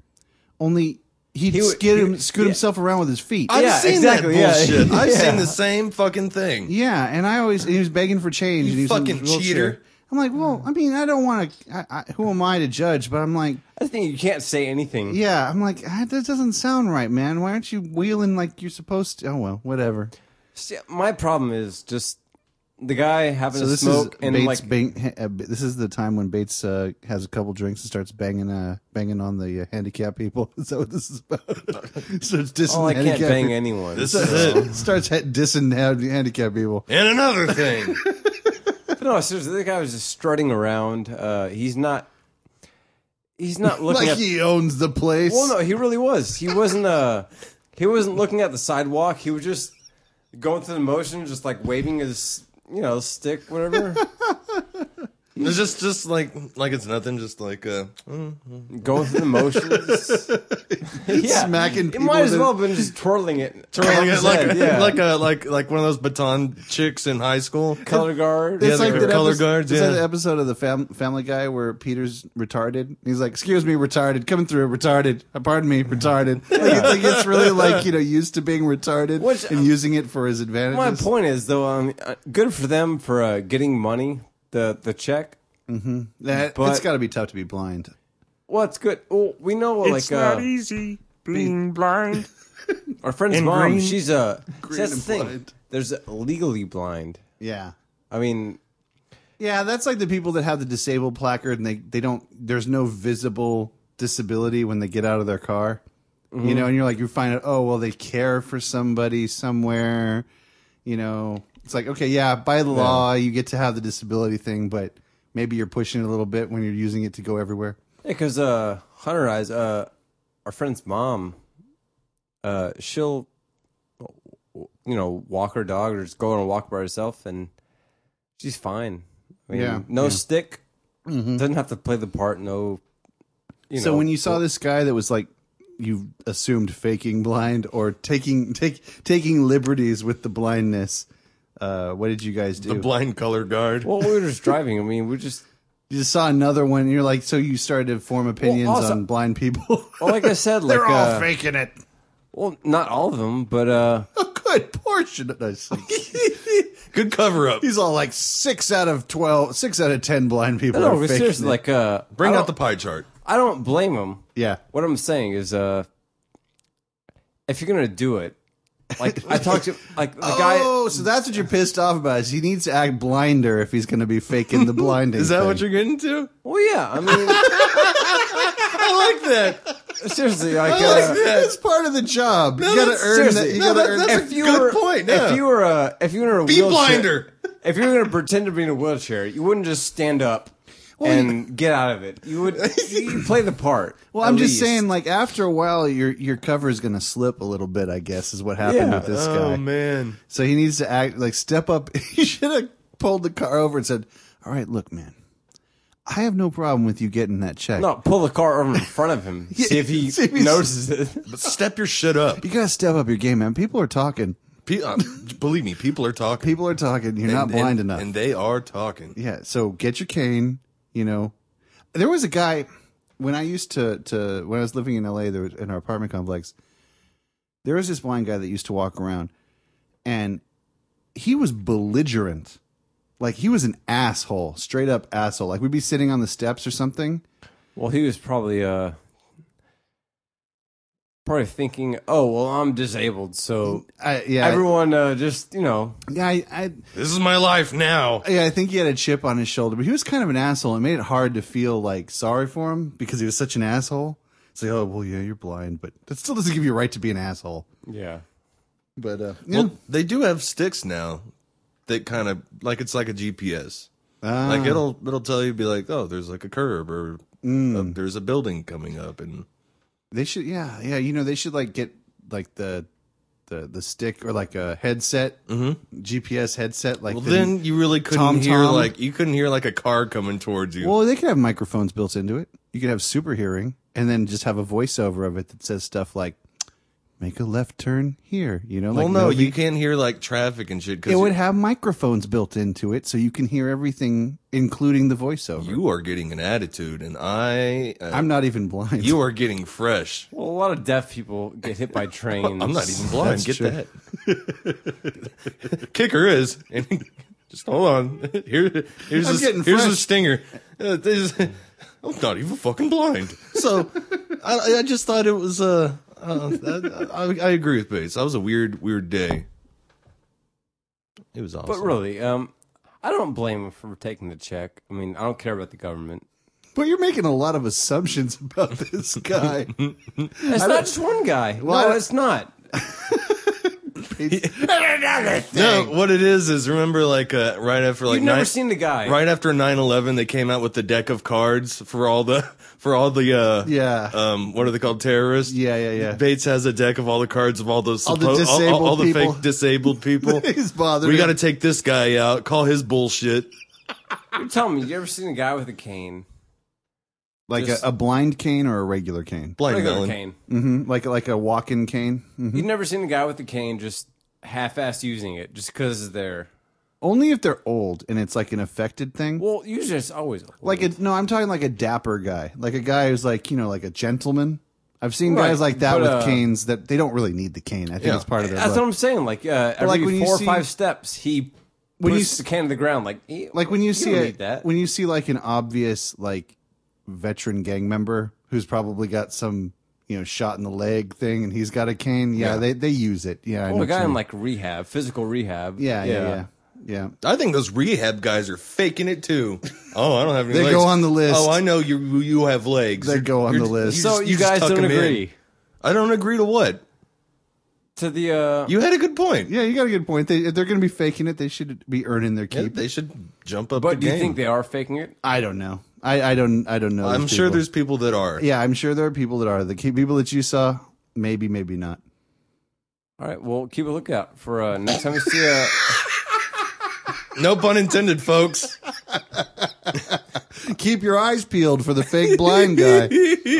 Only he'd
He would-
skid
he
him,
would-
scoot
yeah.
himself around with his feet.
I've
Yeah,
seen
exactly, yeah.
that bullshit. I've
Yeah.
seen the same fucking thing.
Yeah, and I always and he was begging for change. and he was in
fucking
his wheelchair.
cheater.
I'm like, well, I mean, I don't want to. I, I, who am I to judge? But I'm like,
I think you can't say anything.
yeah, I'm like, ah, that doesn't sound right, man. Why aren't you wheeling like you're supposed to? Oh well, whatever.
See, my problem is just the guy having
So
to
this is
smoke and
Bates.
like
bang, uh, this is the time when Bates uh, has a couple drinks and starts banging, uh, banging on the uh, handicapped people. Is that what this is about? starts dissing
Oh, I
the
can't
handicapped
bang
people.
anyone.
This is it.
starts ha- dissing hand- handicapped people.
And another thing.
But no, seriously, the guy was just strutting around. Uh, he's not. He's not looking
Like
at.
he owns the place.
well, no, he really was. He wasn't. Uh, he wasn't looking at the sidewalk. He was just going through the motion, just like waving his, you know, stick, whatever,
It's just, just like, like it's nothing. Just like, uh,
going through the motions. yeah,
Smacking
It
people
might as
with
well have been just twirling it,
Like,
twirling
a-
it
like, a-
yeah.
like a like like one of those baton chicks in high school.
color guard.
Yeah,
It's like
the
that
color
episode,
guards,
It's like
yeah.
the episode of the fam- Family Guy where Peter's retarded. He's like, "Excuse me, retarded, coming through, retarded. Uh, Pardon me, retarded." Like, it's, like, it's really like you know, used to being retarded
Which,
and using it for his advantages.
My point is though, um, uh, good for them for uh, getting money, the the check.
that,
but-
it's got to be tough to be blind.
Well, it's good. Well, we know like
It's not
uh,
easy being blind.
Our friend's mom,
green.
she's a that's
and
the thing.
blind.
There's uh, legally blind.
Yeah,
I mean,
yeah, that's like the people that have the disabled placard and they they don't. There's no visible disability when they get out of their car. You
Mm-hmm.
know, and you're like, you find out, oh well, they care for somebody somewhere. You know, It's like, okay, yeah, by the law, you get to have the disability thing, but maybe you're pushing it a little bit when you're using it to go everywhere.
Yeah, because uh, Hunter Eyes, uh, our friend's mom, uh, she'll, you know, walk her dog or just go on a walk by herself, and she's fine. I mean,
Yeah,
no stick,
Mm-hmm.
doesn't have to play the part. No, you
so
know,
when you saw this guy that was like, you assumed faking blind or taking take taking liberties with the blindness. Uh, what did you guys do?
The blind color guard.
well, we were just driving. I mean, we just
you just saw another one. And you're like, so you started to form opinions
also-
on blind people.
well, like I said, like uh,
faking it.
well, not all of them, but uh,
A good portion. of us.
Good cover up.
He's all like six out of twelve, six out of ten blind people.
no,
are faking
seriously,
it.
like uh,
Bring
I
out the
don't-
pie chart.
I don't blame them.
yeah,
What I'm saying is, uh, if you're gonna do it, like I talked to, like the guy.
oh, so that's what you're pissed off about. Is he needs to act blinder if he's going to be faking the blinding.
Is that
thing.
what you're getting to?
Well, yeah, I mean, I like that. Seriously, like, uh,
It's part of the job. you got to
that's-
earn that.
seriously,
You
no,
got to
that-
earn.
that's
if
a
you
good
were,
point, yeah.
if you were a, if you were in a
Be
wheelchair,
blinder.
if you were gonna pretend to be in a wheelchair, you wouldn't just stand up. and get out of it. You would you play the part.
Well,
at
I'm just
least.
saying, like after a while, your your cover is going to slip a little bit. I guess is what happened
Yeah. um,
with this guy.
Oh man.
So he needs to act like step up. he should have pulled the car over and said, "All right, look, man, I have no problem with you getting that check.
No, pull the car over in front of him. see if he
see if he's-
notices it.
But step your shit up.
You got to step up your game, man. People are talking.
Pe- uh, believe me, people are talking.
People are talking. You're not
And-
blind
and-
enough.
And they are talking.
yeah. So get your cane. You know, there was a guy when I used to to when I was living in L.A. There was, in our apartment complex. There was this blind guy that used to walk around, and he was belligerent. Like he was an asshole, straight up asshole. Like we'd be sitting on the steps or something.
Well, he was probably uh probably thinking, "Oh, well, I'm disabled, so
I, yeah,
everyone uh, just you know."
yeah, I, I,
This is my life now.
yeah, I think he had a chip on his shoulder, but he was kind of an asshole. It made it hard to feel like sorry for him because he was such an asshole. It's like, oh well, yeah, you're blind, but that still doesn't give you a right to be an asshole.
Yeah.
But uh, yeah.
Well, they do have sticks now that kind of like it's like a GPS.
Ah.
Like it'll it'll tell you be like, "Oh, there's like a curb or
Mm.
uh, there's a building coming up and
They should, yeah, yeah. You know, they should like get like the the the stick or like a headset, GPS headset. Like
Mm-hmm. well,
the-
then you really couldn't
Tom
hear
Tom?
like you couldn't hear like a car coming towards you.
well, they could have microphones built into it. You could have super hearing, and then just have a voiceover of it that says stuff like "Make a left turn here." You know,
Well,
like
no,
Novi-
you can't hear like traffic and shit
It would
because
have microphones built into it, so you can hear everything, including the voiceover.
you are getting an attitude, and I, uh,
I'm not even blind.
you are getting fresh.
Well, a lot of deaf people get hit by trains.
I'm not even blind.
That's
Get
true.
that. Kicker is, and just hold on. Here, here's
I'm
a,
getting
here's a
fresh.
stinger. Uh, this- I'm not even fucking blind. So, I, I just thought it was. Uh, uh, that- I, I agree with Bates. That was a weird, weird day. It was awesome.
But really, um, I don't blame him for taking the check. I mean, I don't care about the government.
but you're making a lot of assumptions about this guy.
It's not just one guy.
Well,
no, it's not.
No, what it is is remember like uh, right after like
You've never
nine-
seen the guy.
right after 9-11, they came out with the deck of cards for all the for all the uh
Yeah.
um what are they called terrorists
Yeah, yeah, yeah.
Bates has a deck of all the cards of all those
All the
suppo-
disabled
all the
people.
fake disabled people.
He's bothering.
we got to take this guy out. Call his bullshit.
You're telling me you ever seen a guy with a cane?
like
just-
a, a blind cane or a regular cane,
Blind
Regular
melon.
cane.
hmm like like a walk-in cane. Mhm.
You've never seen a guy with a cane just half-assed using it just because they're
Only if they're old and it's like an affected thing.
well, usually it's always old.
like a, no, I'm talking like a dapper guy, like a guy who's like you know like a gentleman. I've seen
Right,
guys like that
but,
with
uh,
canes that they don't really need the cane. I think
Yeah.
it's part of their
That's
look.
what I'm saying. Like uh, every
like, when you
four or
see-
five steps, he
When
when
you
pushes
s-
the can to the ground. Like he,
like when you, see
don't
a,
need that.
when you see like an obvious like veteran gang member who's probably got some you know shot in the leg thing and he's got a cane yeah, they they use it yeah I know
well, a
what you
guy in
mean.
like rehab, physical rehab.
yeah yeah yeah yeah
I think those rehab guys are faking it too. Oh, I don't have any.
They
legs.
go on the list.
Oh, I know you. You have legs.
They
You're-
go on
you're-
the list.
So
just-
you
just
guys
tuck
don't
'em in.
agree.
I don't agree to what.
to the uh,
You had a good point.
Yeah, you got a good point. They, if they're going to be faking it, they should be earning their
Yeah,
keep.
they should jump up. the
but do you
game.
think they are faking it?
I don't know. I, I don't. I don't know.
I'm
these
sure
people.
there's people that are.
Yeah, I'm sure there are people that are the key, people that you saw. Maybe, maybe not.
All right, well, keep a lookout for uh, next time you see a.
No pun intended, folks.
Keep your eyes peeled for the fake blind guy.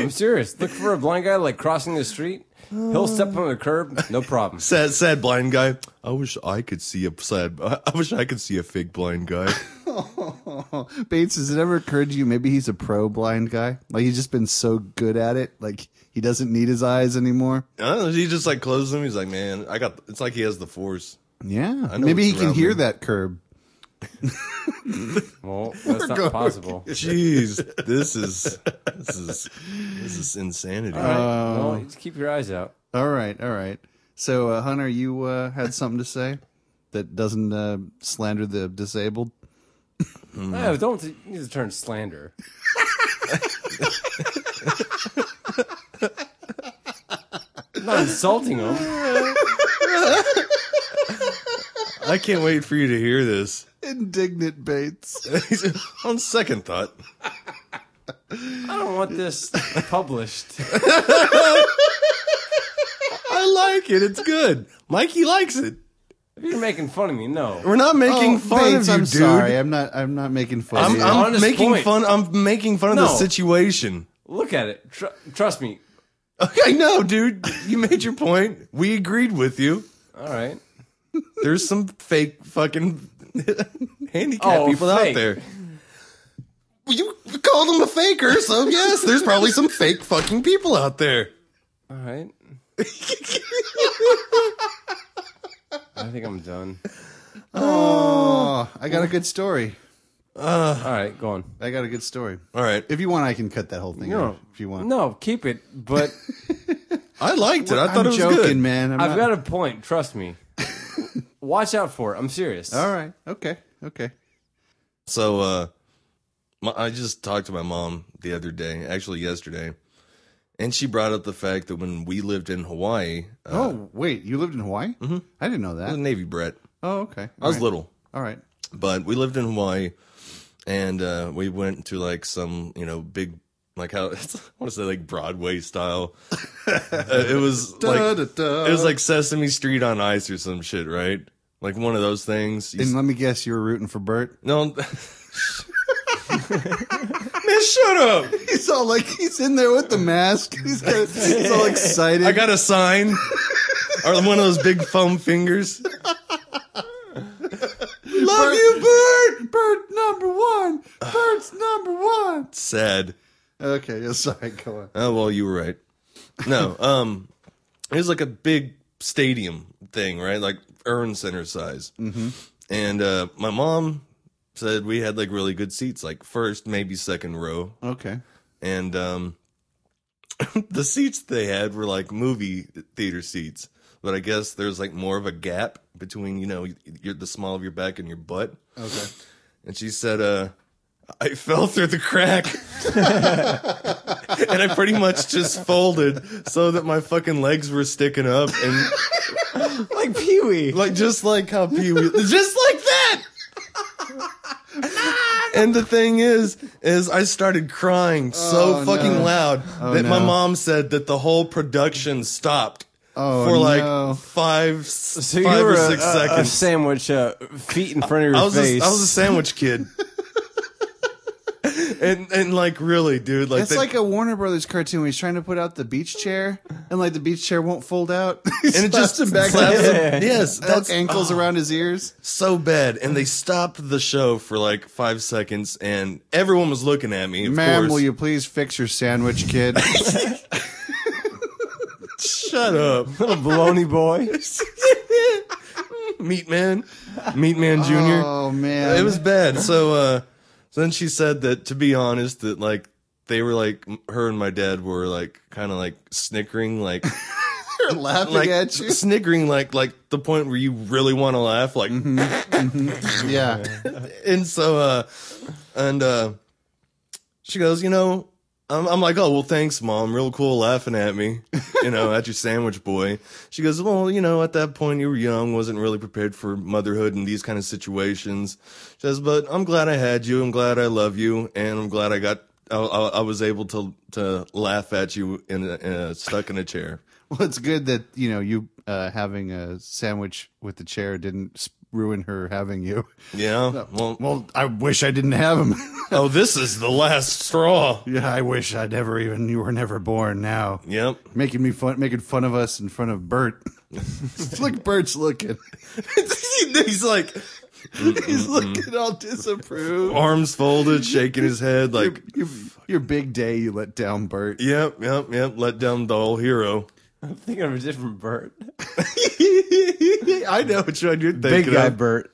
I'm serious. Look for a blind guy like crossing the street. He'll step on the curb, no problem.
Sad, sad blind guy. I wish I could see a sad. I I wish I could see a fake blind guy.
Bates, has it ever occurred to you maybe he's a pro blind guy? Like he's just been so good at it, like he doesn't need his eyes anymore.
I don't know, he just like closes them. He's like, man, I got. It's like he has the force.
Yeah,
know
maybe he
what's
can
around
hear
me.
that curb.
Well, that's not possible.
Jeez, this is this is this is insanity.
Uh,
All right, well, just keep your eyes out.
All right, all right. So, uh, Hunter, you uh, had something to say that doesn't uh, slander the disabled.
No, don't you need to turn slander. I'm not insulting him.
I can't wait for you to hear this.
Indignant Bates.
On second thought,
I don't want this published.
I like it. It's good. Mikey likes it.
You're making fun of me. No,
We're not making
Oh,
fun of
Bates,
you,
I'm
dude.
sorry. I'm not. I'm not making fun. of
I'm,
you.
Yeah.
I'm
Honest
making
point.
fun. I'm making fun of the
No.
situation.
look at it. Tr- trust me.
I know, dude. You made your point. We agreed with you.
All right.
There's some fake fucking handicapped
Oh,
people
fake.
out there. Well, You called them a faker, so yes, there's probably some fake fucking people out there.
All right. I think I'm done.
Oh, I got a good story.
All right, go on.
I got a good story.
All right,
If you want, I can cut that whole thing out. If you want,
No, keep it. But
I liked it. I thought
I'm
it was
joking,
good.
man. I'm
I've
not-
got a point. Trust me. Watch out for it. I'm serious.
All right. Okay. Okay.
So uh my, I just talked to my mom the other day, actually yesterday, and she brought up the fact that when we lived in Hawaii, uh,
oh wait, you lived in Hawaii? Mm-hmm. I didn't know
I was a
that.
Navy brat.
Oh okay.
I was little,
All right.
but we lived in Hawaii, and uh we went to like some you know big like how it's, I want to say like Broadway style. Uh, it was
Da,
like
da, da.
it was like Sesame Street on ice or some shit, right? Like one of those things. You
And let me guess, you were rooting for Bert.
no, man, shut up.
He's all like, he's in there with the mask. He's, got, he's all excited.
I got a sign. or one of those big foam fingers.
love you, Bert. Bert number one. Bert's number one.
Sad.
Okay. Yeah, sorry. Go on.
Oh well, you were right. No, um, it was like a big stadium thing, right? Like urn center size. Mm-hmm. And uh, my mom said we had like really good seats, like first, maybe second row,
Okay.
and um, the seats they had were like movie theater seats. But I guess there's like more of a gap between you know your, the small of your back and your butt.
Okay.
And she said, uh, I fell through the crack. and I pretty much just folded so that my fucking legs were sticking up and
Like Pee Wee.
like just like how Pee Wee just like that. and the thing is, is I started crying so
Oh,
fucking
no.
loud that my
Oh, no.
mom said that the whole production stopped
Oh,
for like
no.
five,
So
five
you were
or
a-
six
a, A
seconds.
sandwich, uh, feet in front of your
I was
face.
A, I was a sandwich kid. and and like really, dude, like
It's
they-
like a Warner Brothers cartoon. Where he's trying to put out the beach chair, and like the beach chair won't fold out.
and it just
back
slaps him. Yes, that's
ankles around his ears.
so bad. And they stopped the show for like five seconds, and everyone was looking at me. Of
Ma'am,
course,
will you please fix your sandwich, kid?
shut up,
a baloney boy.
Meat Man, Meat Man Junior.
oh man,
It was bad. So uh so then she said that to be honest that like they were like m- her and my dad were like kind of like snickering like
They're laughing
like
at you.
snickering like like the point where you really want to laugh like
Yeah,
and so uh and uh she goes you know I'm, I'm like, oh well, thanks, mom. Real cool, laughing at me, you know, at your sandwich boy. She goes, well, you know, at that point you were young, wasn't really prepared for motherhood and these kind of situations. She says, but I'm glad I had you. I'm glad I love you, and I'm glad I got, I, I, I was able to to laugh at you in, a, in a, stuck in a chair.
Well, it's good that you know you uh, having a sandwich with the chair didn't s- ruin her having you.
Yeah. Well,
Well, I wish I didn't have him.
oh, this is the last straw.
yeah, I wish I never even you were never born. Now
Yep.
making me fun, making fun of us in front of Bert. Look, Bert's looking.
He's like
He's
Mm-hmm.
looking all disapproved.
arms folded, shaking his head, like,
your, your big day, you let down Bert.
yep, yep, yep. Let down the whole hero.
I'm thinking of a different Bert.
I know which one you're thinking
Big guy
of.
Bert.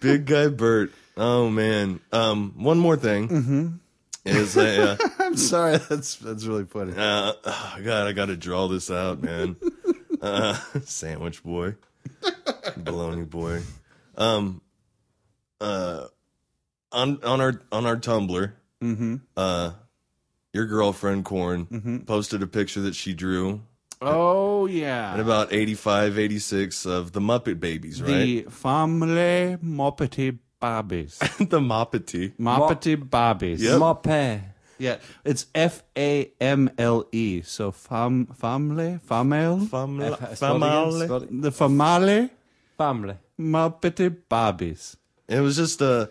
Big guy Bert. Oh man. Um, one more thing is uh,
I'm sorry, that's that's really funny.
uh, oh, God, I got to draw this out, man. Uh, sandwich boy, bologna boy. Um, uh, on on our on our Tumblr,
Mm-hmm.
uh, your girlfriend Corn posted a picture that she drew
Oh
at
yeah,
about 85, 86 of the Muppet Babies, right?
the family Moppety Bobbies,
The, Moppety.
Moppety Bobbies.
Yep.
Mopé.
Yeah, it's F A M L E. So fam family family
Family.
Spelled again? Spelled it-
the family
Family.
Muppety Bobbies.
It was just uh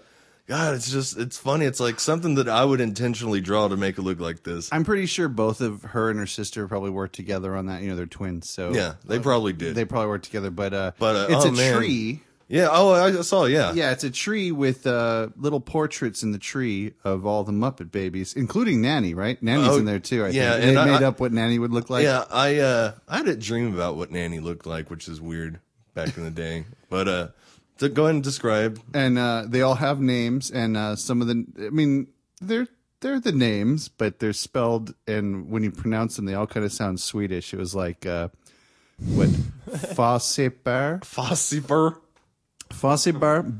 God, it's just it's funny. It's like something that I would intentionally draw to make it look like this.
I'm pretty sure both of her and her sister probably worked together on that. You know, they're twins, so
Yeah, they probably did.
they probably worked together. But uh,
But, uh,
it's
oh,
a
man.
tree.
yeah. Oh, I I saw. Yeah.
Yeah, it's a tree with uh, little portraits in the tree of all the Muppet babies, including Nanny. Right, Nanny's
Oh,
in there too. I
yeah,
think. And
and
they
I-
made
I-
up what Nanny would look like.
Yeah. I uh I had a dream about what Nanny looked like, which is weird back in the day. But uh, to go ahead and describe.
and uh, they all have names, and uh, some of the, I mean, they're they're the names, but they're spelled, and when you pronounce them, they all kind of sound Swedish. It was like uh, what Fossibar,
Fossiper
Fossibar,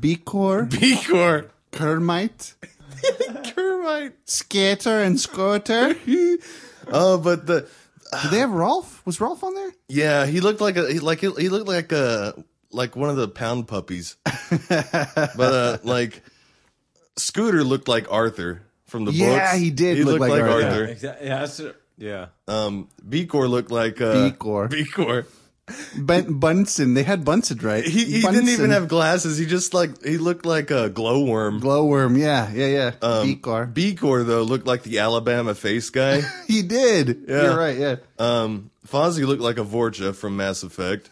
Bikor,
Picor.
Kermite, Kermite, Skater, and Scoter. Do
Oh, but the
they have Rolf? Was Rolf on there?
yeah, he looked like a he like he looked like a like one of the pound puppies. but uh like Scooter looked like Arthur from the
Yeah,
books.
he did look like Arthur.
Yeah, exactly. Yeah, that's it. yeah.
Um, Bcor looked like uh,
Bikor,
Bcor.
Bun- Bunsen. They had Bunsen, right?
He, he
Bunsen.
didn't even have glasses. He just like he looked like a glowworm.
glowworm. Yeah, yeah, yeah.
Um,
Bikor.
Bcor though looked like the Alabama face guy.
He did.
Yeah.
You're right. Yeah.
um, Fozzie looked like a Vorcha from Mass Effect.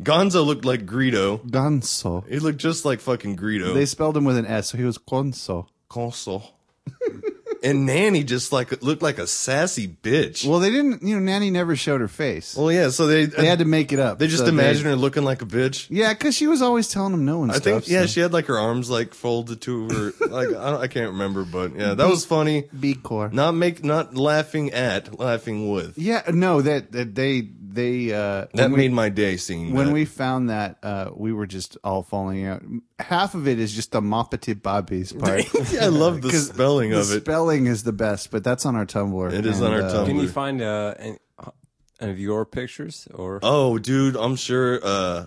Gonzo looked like Greedo.
Gonzo.
He looked just like fucking Greedo.
They spelled him with an S, so he was Conso.
console. and Nanny just like looked like a sassy bitch. Well,
Well, they didn't. You know, Nanny never showed her face.
yeah. So they
they had to make it up.
they just
so
imagine her looking like a bitch.
yeah, because she was always telling him no and
I
stuff.
think yeah,
so.
she had like her arms like folded to her like I, don't, I can't remember, but yeah, that was funny.
Bikor.
Not make not laughing at, laughing with.
Yeah, no, that, that they they uh,
That
when we,
made my day seeing
when
that.
we found that uh, we were just all falling out. Half of it is just the Moppety Bobbies part.
I love the
'Cause
spelling
the uh,
of it.
spelling is the best, but that's on our Tumblr.
It is on our Tumblr.
Can you find uh, an, any of your pictures or
oh, dude, I'm sure uh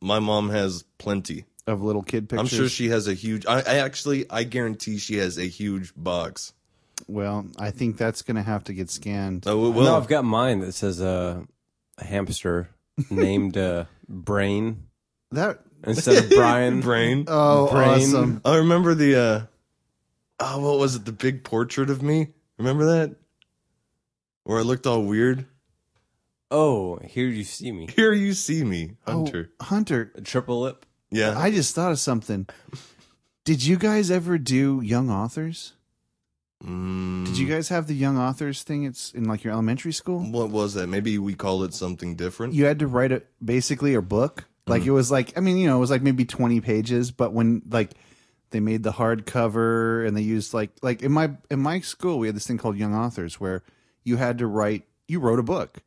my mom has plenty.
of little kid pictures.
I'm sure she has a huge I, I actually I guarantee she has a huge box.
well, I think that's going to have to get scanned.
Oh well,
no? I've got mine that says uh, a hamster named uh, Brain
That
instead of Brian.
brain.
oh
Brain.
awesome.
I remember the uh oh what was it? The big portrait of me? Remember that? Where I looked all weird?
Oh, here you see me.
Here you see me, Hunter.
Oh, Hunter.
A triple lip.
yeah.
I just thought of something. Did you guys ever do young authors?
Mm.
Did you guys have the young authors thing? It's in like your elementary school.
What was that? Maybe we call it something different.
You had to write a basically a book. Like it was like I mean you know it was like maybe twenty pages, but when like they made the hardcover and they used like like in my in my school we had this thing called young authors where you had to write you wrote a book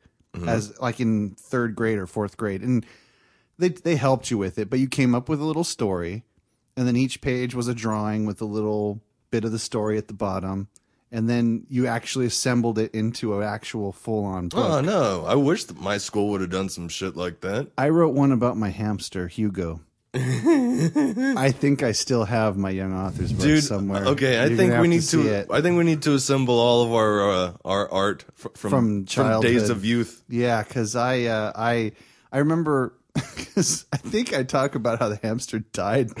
as like in third grade or fourth grade and they they helped you with it, but you came up with a little story, and then each page was a drawing with a little bit of the story at the bottom, and then you actually assembled it into an actual full-on book.
Oh no! I wish that my school would have done some shit like that.
I wrote one about my hamster Hugo. I think I still have my young author's book
Dude,
somewhere.
okay, I
You're
think
gonna
we
have
need
see
to.
it.
I think we need to assemble all of our uh, our art fr- from
From
days
childhood.
of youth.
Yeah, because I uh, I I remember because I think I talk about how the hamster died,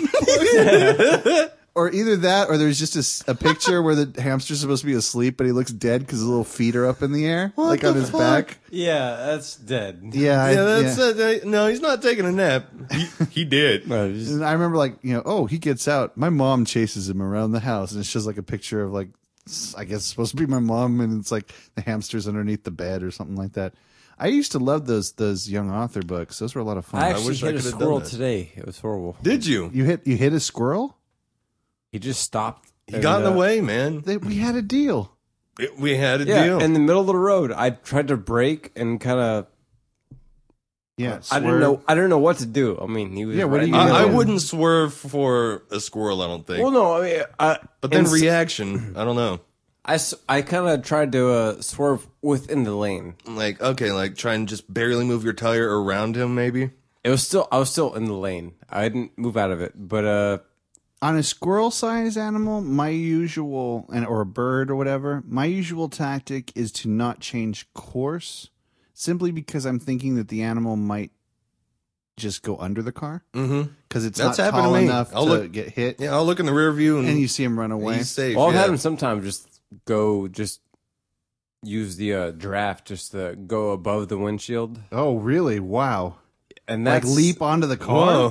or either that, or there's just a s- a, picture where the hamster's supposed to be asleep, but he looks dead because his little feet are up in the air, like on
the
his
fuck?
back.
Yeah, that's dead.
Yeah, I-
yeah, that's
yeah.
uh, no. He's not taking a nap. He, he did.
No, it's Oh, just-
And I remember like you know, oh, he gets out. My mom chases him around the house, and it's just like a picture of like s- I guess it's supposed to be my mom, and it's like the hamster's underneath the bed or something like that. I used to love those those young author books. Those were a lot of fun.
I actually
wish I
hit a
could have done
squirrel
that.
today. It was horrible.
Did you?
you hit you hit a squirrel.
He just stopped.
He got in the
uh,
way, man.
They, we had a deal.
It- we had a
Yeah,
deal.
in the middle of the road. I tried to brake and kind of.
Yeah,
I didn't know. I didn't know what to do. I mean, he was.
Yeah, what
right
do you
in
I,
the
I
Yeah.
middle.
wouldn't swerve for a squirrel. I don't think.
Well, no. I mean, I,
but then
ins-
reaction. I don't know.
I, s- I kind of tried to uh, swerve within the lane.
Like okay, like try and just barely move your tire around him, maybe.
It was still. I was still in the lane. I didn't move out of it. But uh,
on a squirrel sized animal, my usual and or a bird or whatever, my usual tactic is to not change course simply because I'm thinking that the animal might just go under the car
Mm-hmm.
because it's
That's
not
happened to
tall
me.
enough
I'll
to
look-
get hit,
Yeah, I'll look in the rear view and,
and you see him run away.
he's safe.
well, I've
yeah.
had him sometimes just go just use the uh, draft just to go above the windshield
oh, really? Wow!
and that's
like leap onto the car.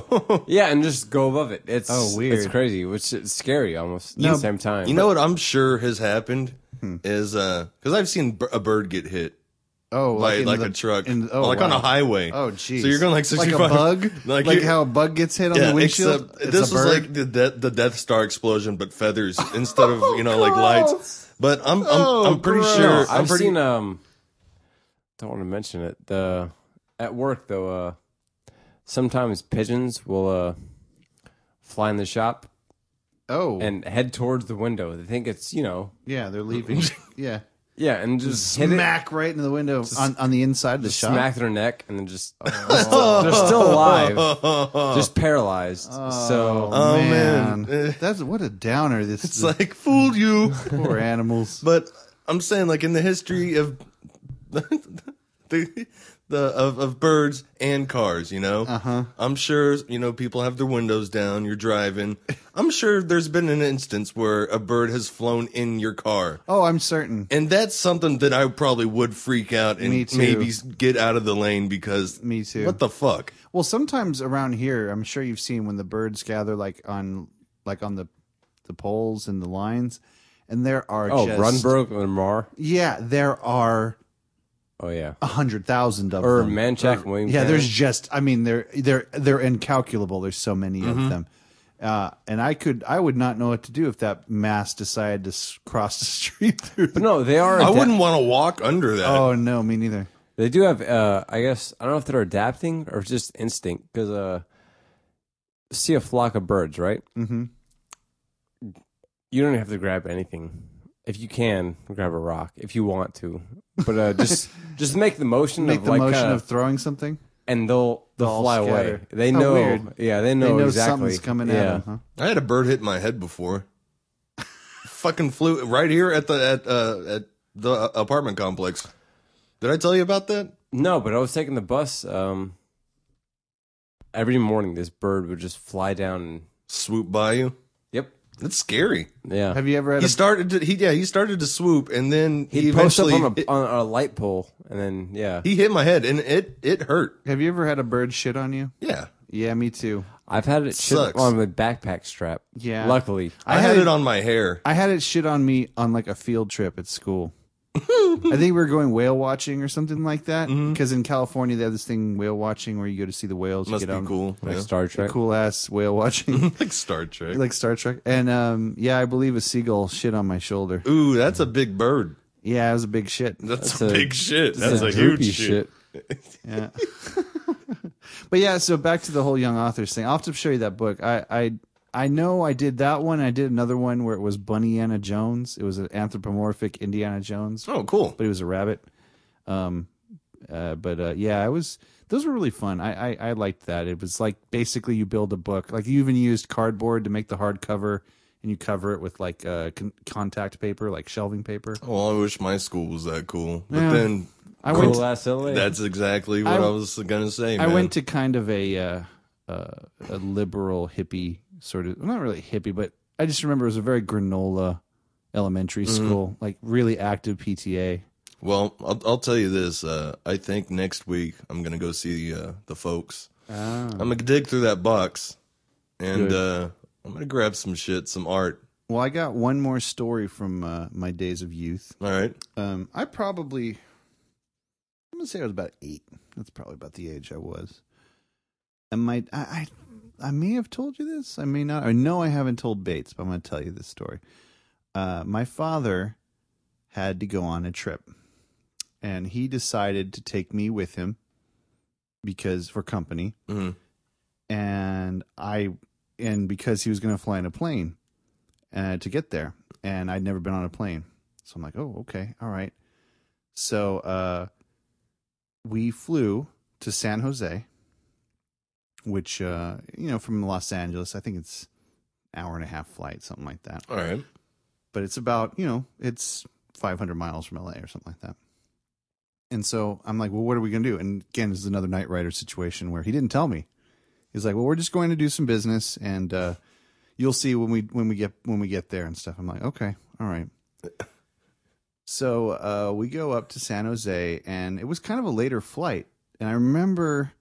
Whoa.
Yeah, and just go above it. It's
Oh,
It's
weird.
crazy, which is scary almost
No,
at the same time.
You know what I'm sure has happened
Hmm.
is uh because I've seen b- a bird get hit
Oh,
by
into
like
the-
a truck,
in- oh,
like on
wow.
a highway.
Oh, jeez.
So you're going like 65,
like a bug, like,
you-
how a bug gets hit on
yeah,
the windshield.
Except
It's
this
a
was
bird?
like the, de- the Death Star explosion, but feathers instead of you know like lights. But I'm I'm, I'm pretty
Oh, gross.
sure
I've
I'm pretty
seen um don't want to mention it. The at work though, uh sometimes pigeons will uh fly in the shop
oh,
and head towards the window. They think it's, you know,
yeah, they're leaving. yeah.
yeah, and just hit it,
smack right into the window on, on the inside of the shop.
smack their neck and then just they're, still, they're still alive. Just paralyzed. So
Oh, man.
that's what a downer. This
it's like fooled you.
poor animals.
But I'm saying, like in the history of the the of, of birds and cars, you know, uh-huh. I'm sure you know people have their windows down. You're driving. I'm sure there's been an instance where a bird has flown in your car,
Oh, I'm certain.
and that's something that I probably would freak out and
Me too.
maybe s- get out of the lane because
Me too.
What the fuck?
Well, sometimes around here, I'm sure you've seen when the birds gather like on like on the the poles and the lines, and there are
Oh,
just,
Runberg and Mar.
Yeah, there are
Oh yeah.
a hundred thousand of
Or
Er,
them.
Manchac William.
Yeah, there's just I mean they're they're they're incalculable. There's so many
Mm-hmm.
of them. Uh, and I could I would not know what to do if that mass decided to s- cross the street through. the-
no, they are
I
adap-
wouldn't want to walk under that.
Oh no, me neither.
They do have, uh, I guess, I don't know if they're adapting or just instinct because uh, see a flock of birds, right? Mm-hmm. You don't have to grab anything. If you can, grab a rock if you want to, but uh, just just make the motion
Make
of
the
like
motion
uh,
kinda-
of throwing something.
and they'll they'll,
They'll
fly away.
scatter.
They
How
know,
weird.
yeah, they know,
they know
exactly.
something's coming
yeah.
at them. Huh?
I had a bird hit my head before. Fucking flew right here at the at uh, at the apartment complex. Did I tell you about that?
No, but I was taking the bus. Um, every morning, this bird would just fly down. And,
Swoop by you.
yep.
That's scary.
Yeah.
Have you ever had
He
a
started to he yeah he started to swoop and then he
He'd post up
eventually
on a, on a light pole, and then yeah,
he hit my head and it it hurt.
Have you ever had a bird shit on you?
Yeah,
Yeah, me too.
I've had it shit
Sucks.
on my backpack strap.
Yeah.
luckily,
I, had it on my hair.
I had it shit on me on like a field trip at school. I think we were going whale watching or something like that.
Mm-hmm.
Because in California, they have this thing whale watching where you go to see the whales.
Must
you
be
get on
cool.
like
yeah.
Star Trek.
Cool ass whale watching,
like Star Trek.
like Star Trek. And um, yeah, I believe a seagull shit on my shoulder.
Ooh, that's a big bird.
Yeah, it was a big shit.
That's,
That's
a,
a-
big shit. That's a, huge
droopy
shit.
Yeah. but yeah, so back to the whole young authors thing. I'll have to show you that book. I I I know I did that one. I did another one where it was Bunnyana Jones. It was an anthropomorphic Indiana Jones,
Oh, cool.
but it was a rabbit. Um, uh, but uh, yeah, I was. Those were really fun. I, I I liked that. It was like basically you build a book. Like you even used cardboard to make the hardcover, and you cover it with like uh, con- contact paper, like shelving paper.
Well, oh, I wish my school was that cool. But
Yeah.
then
I
Cool
went. To,
ass LA.
that's exactly what I,
I-
was gonna say.
I
man.
went to kind of a uh, uh, a liberal hippie sort of well, not really hippie, but I just remember it was a very granola elementary school, like really active PTA.
Well, I'll, I'll tell you this. Uh, I think next week I'm gonna go see uh, the folks. I'm gonna dig through that box, and uh, I'm gonna grab some shit, some art.
well, I got one more story from uh, my days of youth.
All right.
Um, I probably, I'm gonna say I was about eight. That's probably about the age I was. And my, I, I, I may have told you this. I may not. I know I haven't told Bates, but I'm gonna tell you this story. Uh, my father had to go on a trip, and he decided to take me with him because for company,
Mhm.
and I, and because he was gonna fly in a plane uh, to get there, and I'd never been on a plane. So I'm like, oh, okay, all right. So uh, we flew to San Jose, which uh, you know from Los Angeles, I think it's hour and a half flight, something like that.
All right.
But it's about you know it's 500 miles from LA or something like that. And so I'm like, well, what are we gonna do? And again, this is another Knight Rider situation where he didn't tell me. He's like, well, we're just going to do some business, and uh, you'll see when we when we get when we get there and stuff. I'm like, okay, all right. So uh, we go up to San Jose, and it was kind of a later flight. And I remember,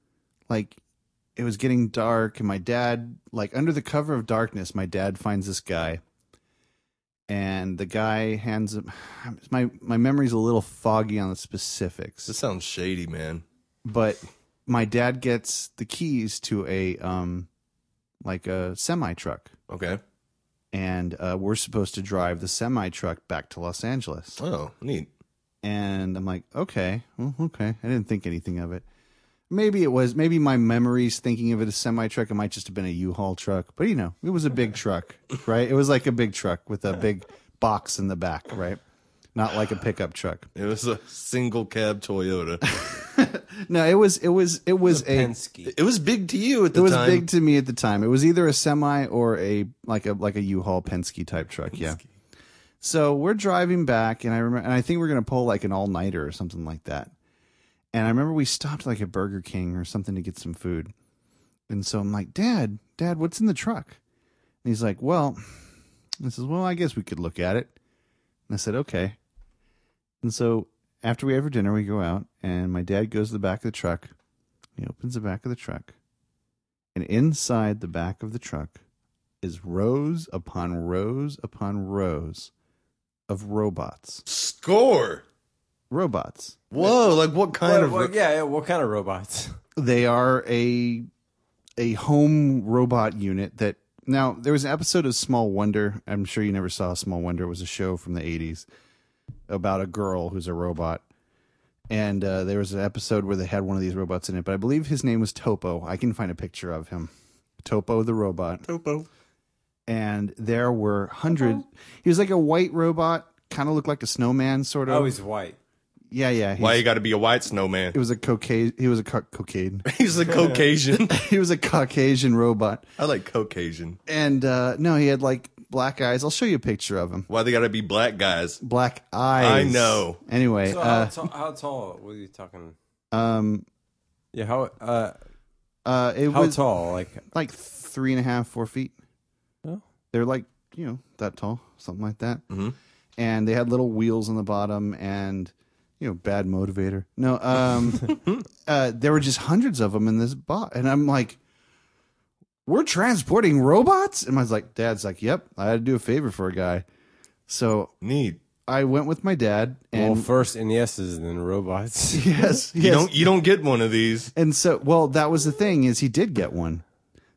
like, it was getting dark, and my dad, like, under the cover of darkness, my dad finds this guy, and the guy hands him. My my memory's a little foggy on the specifics
This sounds shady, man.
but my dad gets the keys to a um like a semi truck
Okay.
and uh, we're supposed to drive the semi truck back to los angeles
Oh, neat.
and i'm like okay well, okay i didn't think anything of it maybe it was maybe my memories thinking of it as semi truck it might just have been a u-haul truck but you know it was a big truck right it was like a big truck with a big box in the back right not like a pickup truck
It was a single cab Toyota.
no it was it was it was a
Penske.
it was big to you at the
it was
time.
big to me at the time. It was either a semi or a like a like a U-Haul Penske type truck. Yeah. So we're driving back, and I remember, and I think we're gonna pull like an all nighter or something like that. And I remember we stopped like a Burger King or something to get some food. And so I'm like, Dad, Dad, what's in the truck? And he's like, Well, I says, Well, I guess we could look at it. And I said, Okay. And so after we have our dinner, we go out, and my dad goes to the back of the truck. He opens the back of the truck, and inside the back of the truck is rows upon rows upon rows of robots.
Score.
Robots.
Whoa! Like what kind
Well,
of?
well, yeah, yeah, what kind of robots?
They are a a home robot unit that now there was an episode of Small Wonder. I'm sure you never saw Small Wonder. It was a show from the 80s about a girl who's a robot. And uh, there was an episode where they had one of these robots in it, but I believe his name was Topo. I can find a picture of him. Topo the robot.
Topo.
and there were 100 He was like a white robot, kind of looked like a snowman, sort of.
Oh, he's white.
yeah, yeah. he's-
Why you got to be a white snowman?
It was a cocaine. He was a ca- cocaine.
He's a Caucasian.
he was a Caucasian robot,
I like Caucasian.
and uh no, he had like black eyes. I'll show you a picture of him.
Why they got to be black guys?
Black eyes.
I know.
Anyway,
So
uh,
how, ta- how tall were you talking?
um,
Yeah, how uh,
uh, it
how
was
tall? Like
like three and a half, four feet.
Oh.
They're like you know that tall, something like that.
Mhm.
And they had little wheels on the bottom, and you know, bad motivator. No, um, uh, there were just hundreds of them in this bot, and I'm like, we're transporting robots, and I was like, Dad's like, yep, I had to do a favor for a guy, so
Neat.
I went with my dad, and
well, first NESs, then robots.
yes,
You
yes.
don't. You don't get one of these.
and so well, that was the thing is he did get one,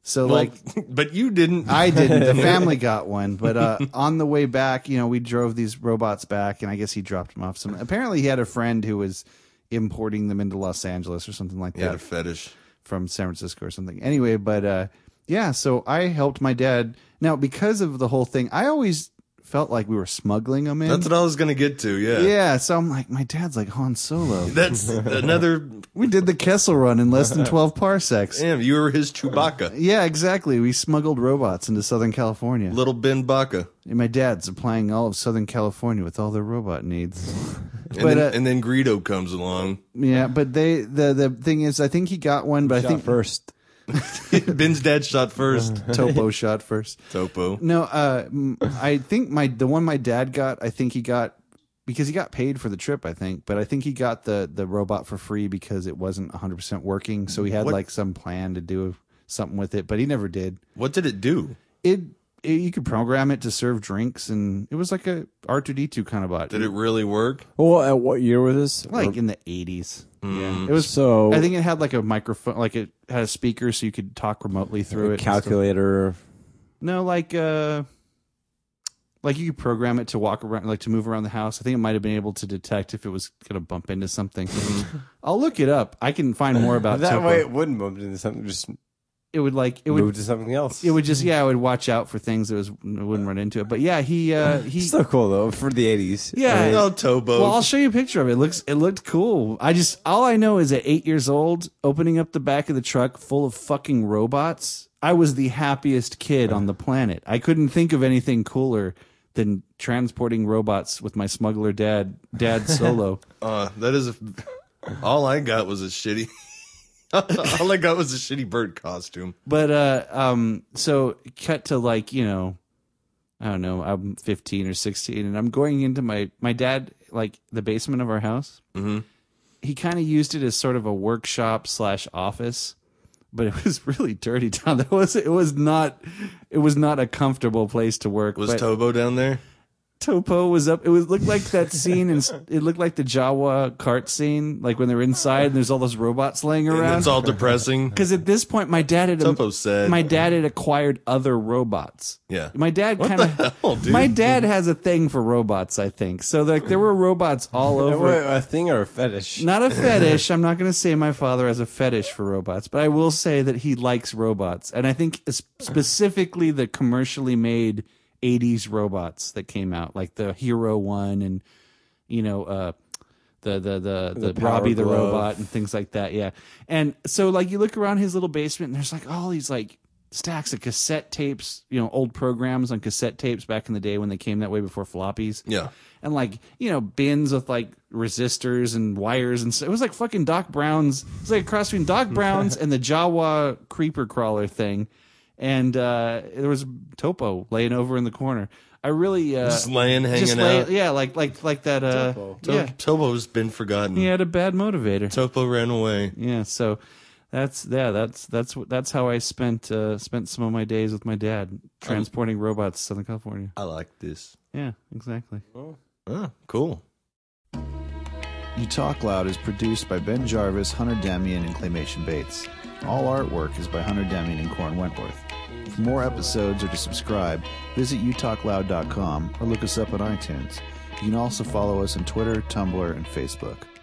so like
but you didn't.
I didn't. The family got one, but uh, on the way back, you know, we drove these robots back, and I guess he dropped them off. Some apparently he had a friend who was importing them into Los Angeles or something like
you had
that
a fetish.
from San Francisco or something. Anyway, but uh, yeah, so I helped my dad. Now, because of the whole thing, I always felt like we were smuggling them in.
That's what I was gonna get to. Yeah.
yeah, so I'm like, my dad's like Han Solo.
That's another.
we did the Kessel Run in less than 12 parsecs.
Damn, you were his Chewbacca,
Yeah, exactly. We smuggled robots into Southern California.
little Ben Baca,
And my dad's supplying all of Southern California with all their robot needs.
and,
But,
then,
uh,
and then Greedo comes along.
yeah, but they the the thing is, I think he got one, but I
Shot
think
first.
Ben's dad shot first.
Topo shot first.
Topo.
No, uh, m- I think my the one my dad got, I think he got because he got paid for the trip, I think, but I think he got the the robot for free because it wasn't 100% working, so he had
What-
like some plan to do something with it, but he never did.
What did it do?
It, it you could program it to serve drinks and it was like a R2D2 kind of bot.
Did it really work?
Well, at what year was this?
like in the 80s. Yeah. It
Or-
was
so
I think it had like a microphone, like it had a speaker, so you could talk remotely through it.
a
and stuff.
calculator.
No, like uh, like you could program it to walk around, like to move around the house. I think it might have been able to detect if it was gonna bump into something. I'll look it up. I can find more about
that
Topo.
way, it wouldn't move into something. Just
It would like it
move
would
to something else.
it would just yeah, it would watch out for things that was it wouldn't run into it. But yeah, he uh he
Still cool though for the eighties.
yeah.
Oh, Topo.
Well, I'll show you a picture of it. it. Looks it looked cool. I just all I know is at eight years old, opening up the back of the truck full of fucking robots. I was the happiest kid on the planet. I couldn't think of anything cooler than transporting robots with my smuggler dad, dad solo.
Uh, that is a, all I got was a shitty. all I got was a shitty bird costume.
but uh, um, so cut to like you know, I don't know. I'm 15 or 16, and I'm going into my my dad like the basement of our house.
Mhm.
He kind of used it as sort of a workshop slash office, but it was really dirty down there. It was it was not it was not a comfortable place to work.
Was
but
Tobo down there?
Topo was up. It was looked like that scene, and it looked like the Jawa cart scene, like when they're inside and there's all those robots laying around.
It's all depressing.
Because at this point, my dad had
Topo said, uh,
my
My
dad had acquired other robots.
"Yeah,
My dad kind of
hell, dude.
my dad has a thing for robots, I think. So like there were robots all over.
a thing or a fetish.
Not a fetish. I'm not going to say my father has a fetish for robots, but I will say that he likes robots, and I think es- specifically the commercially made '80s robots that came out, like the Hero One, and you know, uh, the the the the,
Power
Robbie the
Glove.
robot and things like that. Yeah, and so like you look around his little basement, and there's like all these like stacks of cassette tapes, you know, old programs on cassette tapes back in the day when they came that way before floppies
yeah."
and like you know bins with like resistors and wires and so it was like fucking Doc Brown's. It was like a cross between Doc Brown's and the Jawa creeper crawler thing. And uh, there was Topo laying over in the corner. I really uh,
Just laying, hanging
just lay-
out.
Yeah, like like like that. Uh,
To-
Yeah,
Tobo's been forgotten.
he had a bad motivator.
Topo ran away.
Yeah, so that's yeah, that's that's what that's how I spent uh, spent some of my days with my dad transporting robots to Southern California.
I like this.
Yeah, exactly.
Oh, cool.
You Talk Loud is produced by Ben Jarvis, Hunter Demian, and Claymation Bates. All artwork is by Hunter Demian and Corn Wentworth. For more episodes or to subscribe, visit utalkloud.com or look us up on iTunes. You can also follow us on Twitter, Tumblr, and Facebook.